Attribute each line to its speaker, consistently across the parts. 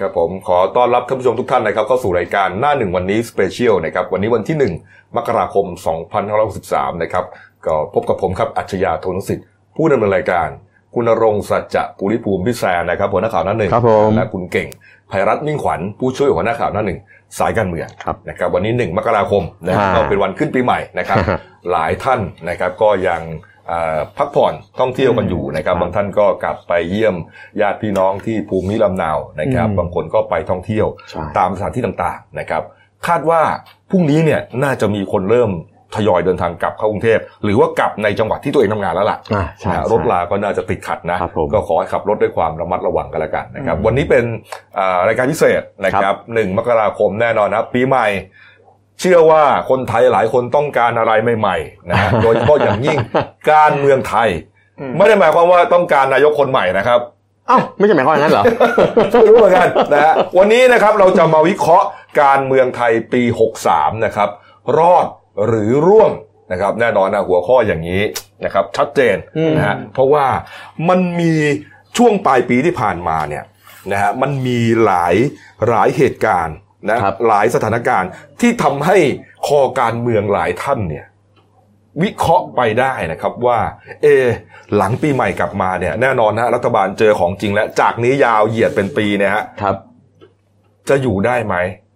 Speaker 1: ครับผมขอต้อนรับท่านผู้ชมทุกท่านนะครับเข้าสู่รายการหน้าหนึ่งวันนี้สเปเชียลนะครับวันนี้วันที่ 1 มกราคม 2563 นะครับก็พบกับผมครับอัจฉริยะโทนสิทธิ์ผู้ดำเนินรายการ คุณณรงค์สัจจะภูริภูมิพิแซนะครับหัวหน้าข่าวหน้าหนึ่ง
Speaker 2: ครับผม
Speaker 1: และคุณเก่งภัยรัตน์มิ่งขวัญผู้ช่วยหัวหน้าข่าวหน้าหนึ่งสายการเมือง
Speaker 2: ครับ
Speaker 1: นะครับวันนี้ 1 มกราคมนะฮะ
Speaker 2: อ่า
Speaker 1: ก็เป็นวันขึ้นปีใหม่นะครับ
Speaker 2: ฮะ
Speaker 1: หลายท่านนะครับก็ยังเอ่อพักผ่อนท่องเที่ยวกันอยู่นะครับ
Speaker 2: ครับ
Speaker 1: บางท่านก็กลับไปเยี่ยมญาติพี่น้องที่ภูมิลำเนานะครับ
Speaker 2: อืม
Speaker 1: บางคนก็ไปท่องเที่ยว
Speaker 2: ใช่
Speaker 1: ตามสถานที่ต่างๆนะครับ คาดว่าพรุ่งนี้เนี่ยน่าจะมีคนเริ่มทยอยเดินทางกลับเข้ากรุงเทพหรือว่ากลับในจังหวัดที่ตัวเองทำงานแล้วล่ะ
Speaker 2: อ่าใช่
Speaker 1: นะรถลาก็น่าจะติดขัดนะ
Speaker 2: ครับผม
Speaker 1: ก็ขอให้ขับรถด้วยความระมัดระวังกันละกันนะครับ
Speaker 2: อืม
Speaker 1: วันนี้เป็นอ่ารายการพิเศษนะครับหนึ่งมกราคมแน่นอนนะครับปีใหม่ เชื่อว่าคนไทยหลายคนต้องการอะไรใหม่ๆนะฮะ โดยเฉพาะอย่างยิ่งการเมืองไทย
Speaker 2: อืม
Speaker 1: ไม่ได้หมายความว่าต้องการนายกคนใหม่นะครับ
Speaker 2: เอ้าไม่ใช่หมายความอย่างนั้น เหรอ
Speaker 1: ไม่รู้เหมือน กันนะฮะวันนี้นะครับเราจะมาวิเคราะห์การเมืองไทยปี 63 นะครับ รอดหรือร่วงนะครับ แน่นอนนะหัวข้ออย่างนี้นะครับ ชัดเจน
Speaker 2: อืม
Speaker 1: นะฮะเพราะว่ามันมีช่วงปลายปีที่ผ่านมาเนี่ยนะฮะมันมีหลายหลายเหตุการณ์นะครับ หลายสถานการณ์ที่ทำให้คอการเมืองหลายท่านเนี่ย วิเคราะห์ไปได้นะครับว่าเอะหลังปีใหม่กลับมาเนี่ยแน่นอนฮะรัฐบาลเจอของจริงแล้ว จากนี้ยาวเหยียดเป็นปีเนะฮะ
Speaker 2: ครับ
Speaker 1: จะอยู่ได้ไหม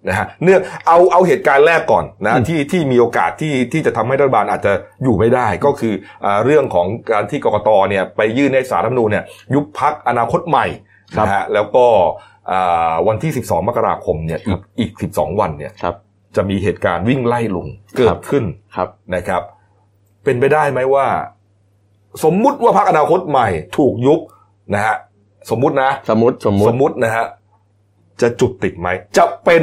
Speaker 1: นะฮะเนื่องเอาเอาเหตุการณ์แรกก่อนนะ
Speaker 2: อืม
Speaker 1: ที่ที่มีโอกาสที่ที่จะทำให้รัฐบาลอาจจะอยู่ไม่ได้ก็คืออาเรื่องของการที่กกตเนี่ยไปยื่นในสารรัฐธรรมนูญเนี่ยยุบพักอนาคตใหม่
Speaker 2: ครับ
Speaker 1: นะฮะแล้วก็อ่าวันที่ 12 มกราคมเนี่ย
Speaker 2: ค
Speaker 1: อี
Speaker 2: รั
Speaker 1: ก
Speaker 2: บ
Speaker 1: อีก 12 วันเนี่ย
Speaker 2: ครับ
Speaker 1: จะมีเหตุการณ์วิ่งไล่ลุงเกิ
Speaker 2: ครั
Speaker 1: ด
Speaker 2: บ
Speaker 1: ขึ้น
Speaker 2: ครับ
Speaker 1: นะครับ เป็นไปได้ไหมว่า สมมุติว่าพรรคอนาคตใหม่ ถูกยุบนะฮะสมมุตินะ
Speaker 2: สมมติสมม
Speaker 1: ส
Speaker 2: ติ
Speaker 1: มมุตินะฮะจะจุดติดไหม จะเป็น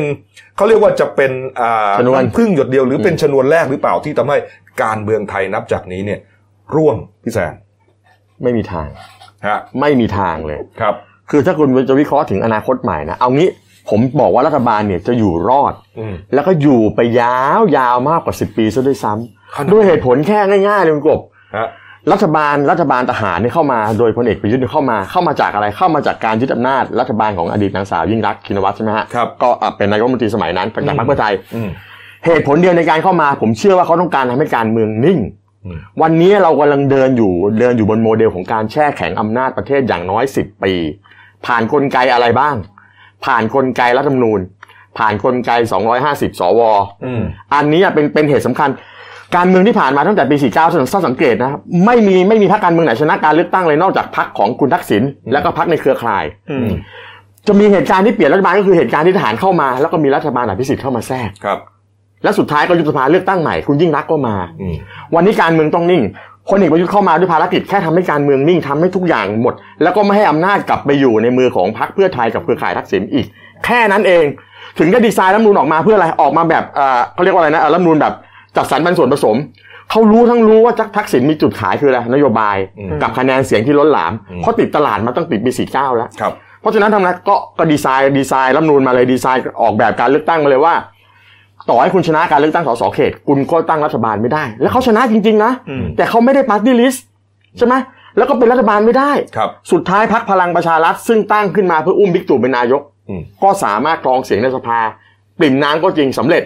Speaker 1: เขาเรียกว่าจะเป็นอ่า
Speaker 2: ชนวน
Speaker 1: ำพึ่งหยดเดียวหรือเป็นชนวนแรกหรือเปล่าที่ทำให้การเมืองไทยนับจากนี้เนี่ย ร่วงพี่แซน
Speaker 2: ไม่มีทาง
Speaker 1: ฮะ
Speaker 2: ไม่มีทางเลย
Speaker 1: ครับ
Speaker 2: คือถ้าคุณจะวิเคราะห์ถึงอนาคตใหม่นะ เอางี้ผมบอกว่ารัฐบาลเนี่ยจะอยู่รอด
Speaker 1: อืม
Speaker 2: แล้วก็อยู่ไปยาวยาวมากกว่า 10 ปีซะด้วยซ้
Speaker 1: ข
Speaker 2: ำ
Speaker 1: นาดนั้น
Speaker 2: ด้วยเหตุผลแค่ง่ายๆเลยคุณกบ
Speaker 1: ฮะ
Speaker 2: รัฐบาลรัฐบาลทหารเนี่ยเข้ามาโดยพลเอกประยุทธ์เนี่ยเข้ามาเข้ามาจากอะไรเข้ามาจากการยึดอำนาจรัฐบาลของอดีตนางสาวยิ่งรักษณ์ชินวัตรใช่ไหมฮะ
Speaker 1: ครับ
Speaker 2: ก็อ่ะเป็นนายกรัฐมนตรีสมัยนั้นจากพรรคเพื่อไทย
Speaker 1: อืม
Speaker 2: เหตุผลเดียวในการเข้ามาผมเชื่อว่าเขาต้องการทำให้การเมืองนิ่ง
Speaker 1: อืม
Speaker 2: วันนี้เรากำลังเดินอยู่เดินอยู่บนโมเดลของการแช่แข็งอำนาจประเทศอย่างน้อย 10 ปี ผ่านกลไกอะไรบ้าง ผ่านกลไกรัฐธรรมนูญ ผ่านกลไก 250 สว
Speaker 1: อืม
Speaker 2: อันนี้เป็นเป็นเหตุสำคัญ การเมืองที่ผ่านมาตั้งแต่ปี 49ถ้าสังเกตนะครับไม่มีไม่มีพรรคการเมืองไหนชนะการเลือกตั้งเลยนอกจากพรรคของคุณทักษิณ
Speaker 1: อืม
Speaker 2: แล้วก็พรรคในเครือข่าย
Speaker 1: อืม
Speaker 2: จะมีเหตุการณ์ที่เปลี่ยนรัฐบาลก็คือเหตุการณ์ที่ทหารเข้ามา แล้วก็มีรัฐบาลอภิสิทธิ์เข้ามาแทรก
Speaker 1: ครับ
Speaker 2: และสุดท้ายก็ยุบสภาเลือกตั้งใหม่คุณยิ่งรักษณ์ก็มา
Speaker 1: อืม
Speaker 2: วันนี้การเมืองต้องนิ่งพลเอกประยุทธ์เข้ามาด้วยภารกิจแค่ทำให้การเมืองนิ่งทำให้ทุกอย่างหมด แล้วก็ไม่ให้อำนาจกลับไปอยู่ในมือของพรรคเพื่อไทยกับเครือข่ายทักษิณอีก แค่นั้นเอง ถึงได้ดีไซน์รัฐธรรมนูลออกมาเพื่ออะไรออกมาแบบเอ่อเขาเรียกว่าอะไรนะเอ่อรัฐธรรมนูลแบบจัดสรรปันส่วนผสมเขารู้ทั้งรู้ว่าทักษิณมีจุดขายคืออะไรนโยบาย
Speaker 1: อืม
Speaker 2: กับคะแนนเสียงที่ล้นหลาม
Speaker 1: อืม
Speaker 2: เขาติดตลาดมาตั้งติดปีสี่เก้าแล้ว
Speaker 1: ครับ
Speaker 2: เพราะฉะนั้นทำไงก็ก็ดีไซน์ดีไซน์รัฐธรรมนูลมาเลยดีไซน์ออกแบบการเลือกตั้งมาเลยว่า ต่อให้คุณชนะการเลือกตั้งสสเขต คุณก็ตั้งรัฐบาลไม่ได้ แล้วเขาชนะจริงๆนะ
Speaker 1: อืม
Speaker 2: แต่เขาไม่ได้ปาร์ตี้ลิสต์ใช่ไหมแล้วก็เป็นรัฐบาลไม่ได้
Speaker 1: ครับ
Speaker 2: สุดท้ายพักพลังประชารัฐซึ่งตั้งขึ้นมาเพื่ออุ้มบิ๊กตู่เป็นนายก
Speaker 1: อืม
Speaker 2: ก็สามารถกรองเสียงในสภา ปริ่มน้ำก็จริงสำเร็จ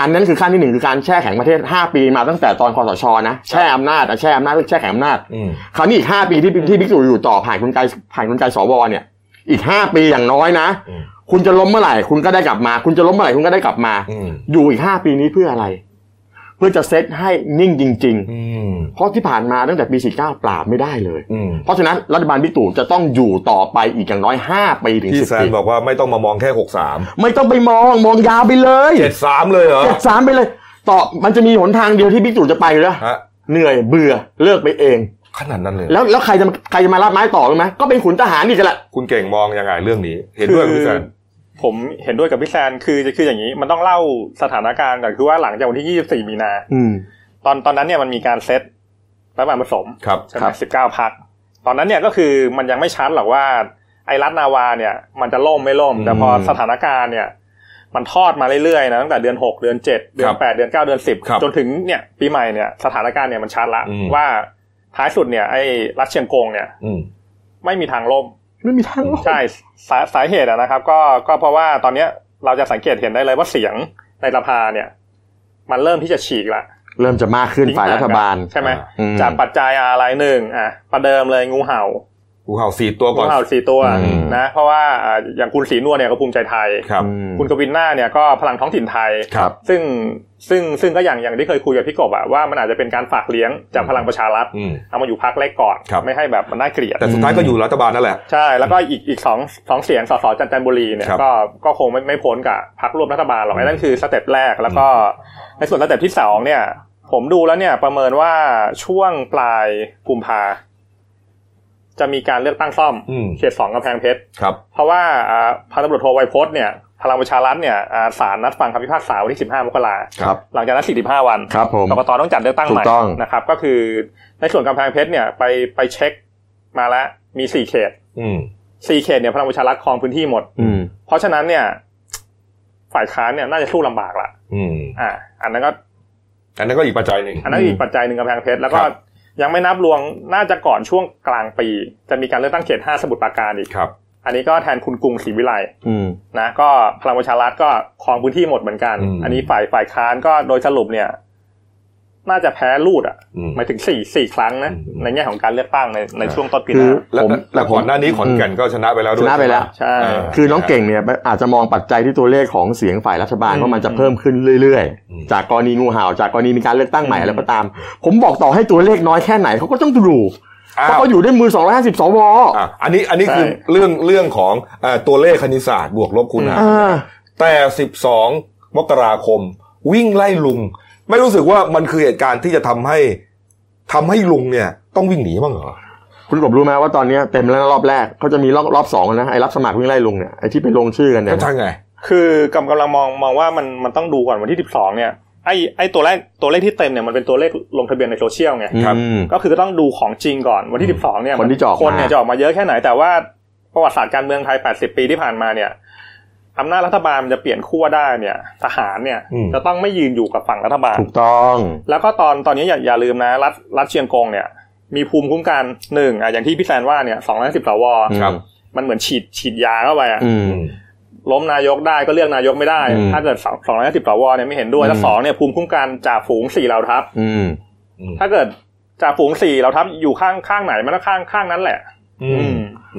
Speaker 2: อันนั้นคือขั้นที่หนึ่งคือการแช่แข็งประเทศ 5 ปีมาตั้งแต่ตอนคอสชนะแช่อำนาจอ่ะแช่อำนาจแช่แข็งอำนาจ
Speaker 1: อืม
Speaker 2: คราวนี้อีกห้าปีที่ที่บิ๊กตู่อยู่ต่อผ่านกลไกผ่านกลไกสวเนี่ย อีกห้าปีอย่างน้อยนะ
Speaker 1: อืม
Speaker 2: คุณจะล้มเมื่อไหร่คุณก็ได้กลับมา คุณจะล้มเมื่อไหร่คุณก็ได้กลับมา
Speaker 1: อืม
Speaker 2: อยู่อีกห้าปีนี้เพื่ออะไร เพื่อจะเซตให้นิ่งจริง
Speaker 1: อืม
Speaker 2: ๆ เพราะที่ผ่านมาตั้งแต่ปี49ปราบไม่ได้เลย
Speaker 1: อืม
Speaker 2: เพราะฉะนั้นรัฐบาลบิ๊กตู่จะต้องอยู่ต่อไปอีกอย่างน้อย 5 ปีถึง
Speaker 1: พี่แซ
Speaker 2: 10
Speaker 1: น
Speaker 2: ปี
Speaker 1: บอกว่าไม่ต้องมามองแค่หกสาม
Speaker 2: ไม่ต้องไปมองมองยาวไปเลย
Speaker 1: เจ็ดสามเลยเหรอ
Speaker 2: เจ็ดสามไปเลย ต่อมันจะมีหนทางเดียวที่บิ๊กตู่จะไปเลย
Speaker 1: ฮะ
Speaker 2: เหนื่อยเบื่อเลิกไปเอง
Speaker 1: ขนาดนั้นเลย
Speaker 2: แล้วแล้วใครจะมาใครจะมารับไม้ต่อรู้ไหมก็เป็นขุนทหารนี่กันแหละ
Speaker 1: คุณเก่งมองยังไงเรื่องนี้ เห็นด้วยกับ
Speaker 3: คือ
Speaker 1: พี่แซน
Speaker 3: ผมเห็นด้วยกับพี่แซนคือคืออย่างนี้มันต้องเล่าสถานการณ์ก่อนคือว่าหลังจากวันที่ 24 มีนา
Speaker 2: อืม
Speaker 3: ตอนตอนนั้นเนี่ยมันมีการเซตรัฐบาลผสม
Speaker 1: ครับ
Speaker 3: ใช่ไห
Speaker 2: ค
Speaker 3: ม
Speaker 2: รับ
Speaker 3: สิบเก้าพัก ตอนนั้นเนี่ยก็คือมันยังไม่ชัดหรอกว่าไอ้รัฐนาวาเนี่ย มันจะล่มไม่ล่ม แต่พอ
Speaker 1: อืม
Speaker 3: สถานการณ์เนี่ย มันทอดมาเรื่อยๆนะตั้งแต่เดือนหกเดือนเจ็ดเดือ
Speaker 1: ครั
Speaker 3: น
Speaker 1: บ
Speaker 3: แปดเดือนเก้าเดือนสิบ
Speaker 1: ครับ
Speaker 3: จนถึงเนี่ยปีใหม่เนี่ยสถานการณ์เนี่ยมันชัดละ
Speaker 1: อืม
Speaker 3: ว่าท้ายสุดเนี่ยไอ้รัฐเชียงกงเนี่ย
Speaker 1: อืม
Speaker 3: ไม่มีทางล่ม
Speaker 2: ไม่มีทางออก
Speaker 3: ใช่สาสาเหตุอะนะครับ ก็ก็เพราะว่าตอนเนี้ยเราจะสังเกตเห็นได้เลยว่าเสียงในสภาเนี่ย มันเริ่มที่จะฉีกละ
Speaker 2: เริ่มจะมากขึ้นฝ่ายรัฐบาล
Speaker 3: ใช่ไหม
Speaker 2: อื
Speaker 3: จากปัจจัยอะไรหนึ่งอ่ะประเดิมเลยงูเห่า
Speaker 1: กูเห่าสี่ตัว
Speaker 3: งู
Speaker 1: ก่อน
Speaker 3: เห่าสี่ตัว
Speaker 2: อืม
Speaker 3: นะ เพราะว่าอ่ะอย่างคุณศรีนวลเนี่ยก็ภูมิใจไทย
Speaker 1: ครับ
Speaker 2: อืม
Speaker 3: คุณกวินหน้าเนี่ยก็พลังท้องถิ่นไทย
Speaker 1: ครับ
Speaker 3: ซึ่งซึ่งซึ่งก็อย่างอย่างที่เคยคุยกับพี่กบอะว่ามันอาจจะเป็นการฝากเลี้ยงจากพลังประชารัฐ
Speaker 1: อืม
Speaker 3: เอามาอยู่พักแรกก่อน
Speaker 1: ครับ
Speaker 3: ไม่ให้แบบมันน่าเกลียด
Speaker 1: แต่สุดท้ายก็อยู่รัฐบาลนั่นแหละ
Speaker 3: ใช่ แล้วก็อีกอีกสองสองเสียงสสจันทบุรีเนี่ย
Speaker 1: ครับ
Speaker 3: ก็ก็คงไม่ไม่พ้นกับพักร่วมรัฐบาลหรอกไอ้นั่นคือสเต็ปแรกแล้วก็ในส่วนสเต็ปที่สองเนี่ย ผมดูแล้วเนี่ยประเมินว่าช่วงปลายกุมภาจะมีการเลือกตั้งซ่อม
Speaker 1: อืม
Speaker 3: เขตสองกำแพงเพชร
Speaker 1: ครับ
Speaker 3: เพราะว่าอ่าพันตำรวจโทไวยพจน์เนี่ยพลังประชารัฐเนี่ยอ่าศาลนัดฟังคำพิพากษาวันที่ 15 มกรา
Speaker 2: ครับ
Speaker 3: หลังจากนั้น 45 วัน
Speaker 2: ครับผม
Speaker 3: กกตต้องจัดเลือกตั้ง
Speaker 2: ถู
Speaker 3: ให
Speaker 2: ก
Speaker 3: ม่
Speaker 2: ต้อง
Speaker 3: นะครับ ก็คือในส่วนกำแพงเพชรเนี่ยไปไปเช็คมาแล้วมี 4 เขต
Speaker 1: อืม
Speaker 3: สี่เขตเนี่ยพลังประชารัฐครองพื้นที่หมด
Speaker 2: อืม
Speaker 3: เพราะฉะนั้นเนี่ย ฝ่ายค้านเนี่ยน่าจะสู้ลำบากละ
Speaker 1: อืม
Speaker 3: อ่า อันนั้นก็
Speaker 1: อันนั้นก็อีกปัจจัยหนึ่ง
Speaker 3: อันนั้นอีกปัจจัยหนึ่งกำแพงเพชรแล้วก็
Speaker 1: ครับ
Speaker 3: ยังไม่นับรวมน่าจะก่อนช่วงกลางปี จะมีการเลือกตั้งเขตห้าสมุทรปราการอีก
Speaker 1: ครับ
Speaker 3: อันนี้ก็แทนคุณกรุงศรีวิไล
Speaker 2: อืม
Speaker 3: นะก็พลังประชารัฐก็ครองพื้นที่หมดเหมือนกัน
Speaker 1: อืม
Speaker 3: อันนี้ฝ่ายฝ่ายค้านก็โดยสรุปเนี่ย น่าจะแพ้ลูดอ่ะ
Speaker 1: อืม
Speaker 3: หมายถึงสี่สี่ครั้งนะ
Speaker 1: อืม
Speaker 3: ในแง่ของการเลือกตั้งในในช่วงต้นปีห
Speaker 2: คือ
Speaker 3: น้า
Speaker 1: แล้ว
Speaker 2: ผม
Speaker 1: แล้วก่อนหน้านี้ขอนแก่นก็ชนะไปแล้วด้วย
Speaker 2: ชนะไปแล้ว
Speaker 3: ใช่
Speaker 1: เออ
Speaker 2: คือน้องเก่งเนี่ยอาจจะมองปัจจัยที่ตัวเลขของเสียงฝ่ายรัฐบาล
Speaker 3: อืม
Speaker 2: ว่ามันจะเพิ่มขึ้นเรื่อย
Speaker 1: อืม
Speaker 2: ๆ จากกรณีงูเห่าจากกรณีมีการเลือกตั้งใหม่
Speaker 3: อืม
Speaker 2: อะไรก็ตาม ผมบอกต่อให้ตัวเลขน้อยแค่ไหนเขาก็ต้องดู
Speaker 1: อ้า
Speaker 2: เพราะ
Speaker 1: ว
Speaker 2: เขาอยู่ด้วยมือ 250สว
Speaker 1: อ่ะอันนี้อันนี้
Speaker 3: ใช่
Speaker 1: คือเรื่องเรื่องของเอ่อตัวเลขคณิตศาสตร์บวกลบคูณหาร
Speaker 2: อ่า
Speaker 1: แต่ 12 มกราคม วิ่งไล่ลุง ไม่รู้สึกว่ามันคือเหตุการณ์ที่จะทำให้ทำให้ลุงเนี่ย ต้องวิ่งหนีบ้างเหรอ
Speaker 2: คุณกบรู้ไหมว่าตอนเนี้ยเต็มแล้วนะรอบแรกเขาจะมีรอบรอบสองแล้วนะไอ้รับสมัครวิ่งไล่ลุงเนี่ยไอ้ที่ไปลงชื่อกันเนี่ย
Speaker 1: ก็ใช่ไง
Speaker 3: คือกำกำลังมองมองว่ามันมันต้องดูก่อนวันที่สิบสองเนี่ยไอไอตัวเลขตัวเลขที่เต็มเนี่ยมันเป็นตัวเลขลงทะเบียนในโซเชียลไง
Speaker 1: ครับ
Speaker 2: อืม
Speaker 3: ก็คือก็ต้องดูของจริงก่อนวันที่สิบสองเนี่ย
Speaker 2: คนที่จะออกมา
Speaker 3: คนเนี่ยจะออกมาเยอะแค่ไหนแต่ว่าประวัติศาสตร์การเมืองไทยแปดสิบปีที่ผ่านมาเนี่ยอำนาจรัฐบาลมันจะเปลี่ยนขั้วได้เนี่ยทหารเนี่ย
Speaker 1: อืม
Speaker 3: จะต้องไม่ยืนอยู่กับฝั่งรัฐบาล
Speaker 2: ถูกต้อง
Speaker 3: แล้วก็ตอนตอนนี้อย่าอย่าลืมนะรัฐรัฐเชียงกงเนี่ยมีภูมิคุ้มกันหนึ่งอ่ะอย่างที่พี่แซนว่าเนี่ยสองร้อยสิบสว
Speaker 1: ครับ
Speaker 3: มันเหมือนฉีดฉีดยาเข้าไปอ่ะ
Speaker 2: อืม
Speaker 3: ล้มนายกได้ก็เลือกนายกไม่ได้
Speaker 2: อืม
Speaker 3: ถ้าเกิดสองสองร้อยสิบสวเนี่ยไม่เห็นด้วย
Speaker 2: อืม
Speaker 3: แล้วสองเนี่ยภูมิคุ้มกันจ่าฝูงสี่เหล่าทัพ
Speaker 2: อืม
Speaker 3: ถ้าเกิดจ่าฝูงสี่เหล่าทัพอยู่ข้างข้างไหนมันก็ข้างข้างนั้นแหละ
Speaker 1: อืม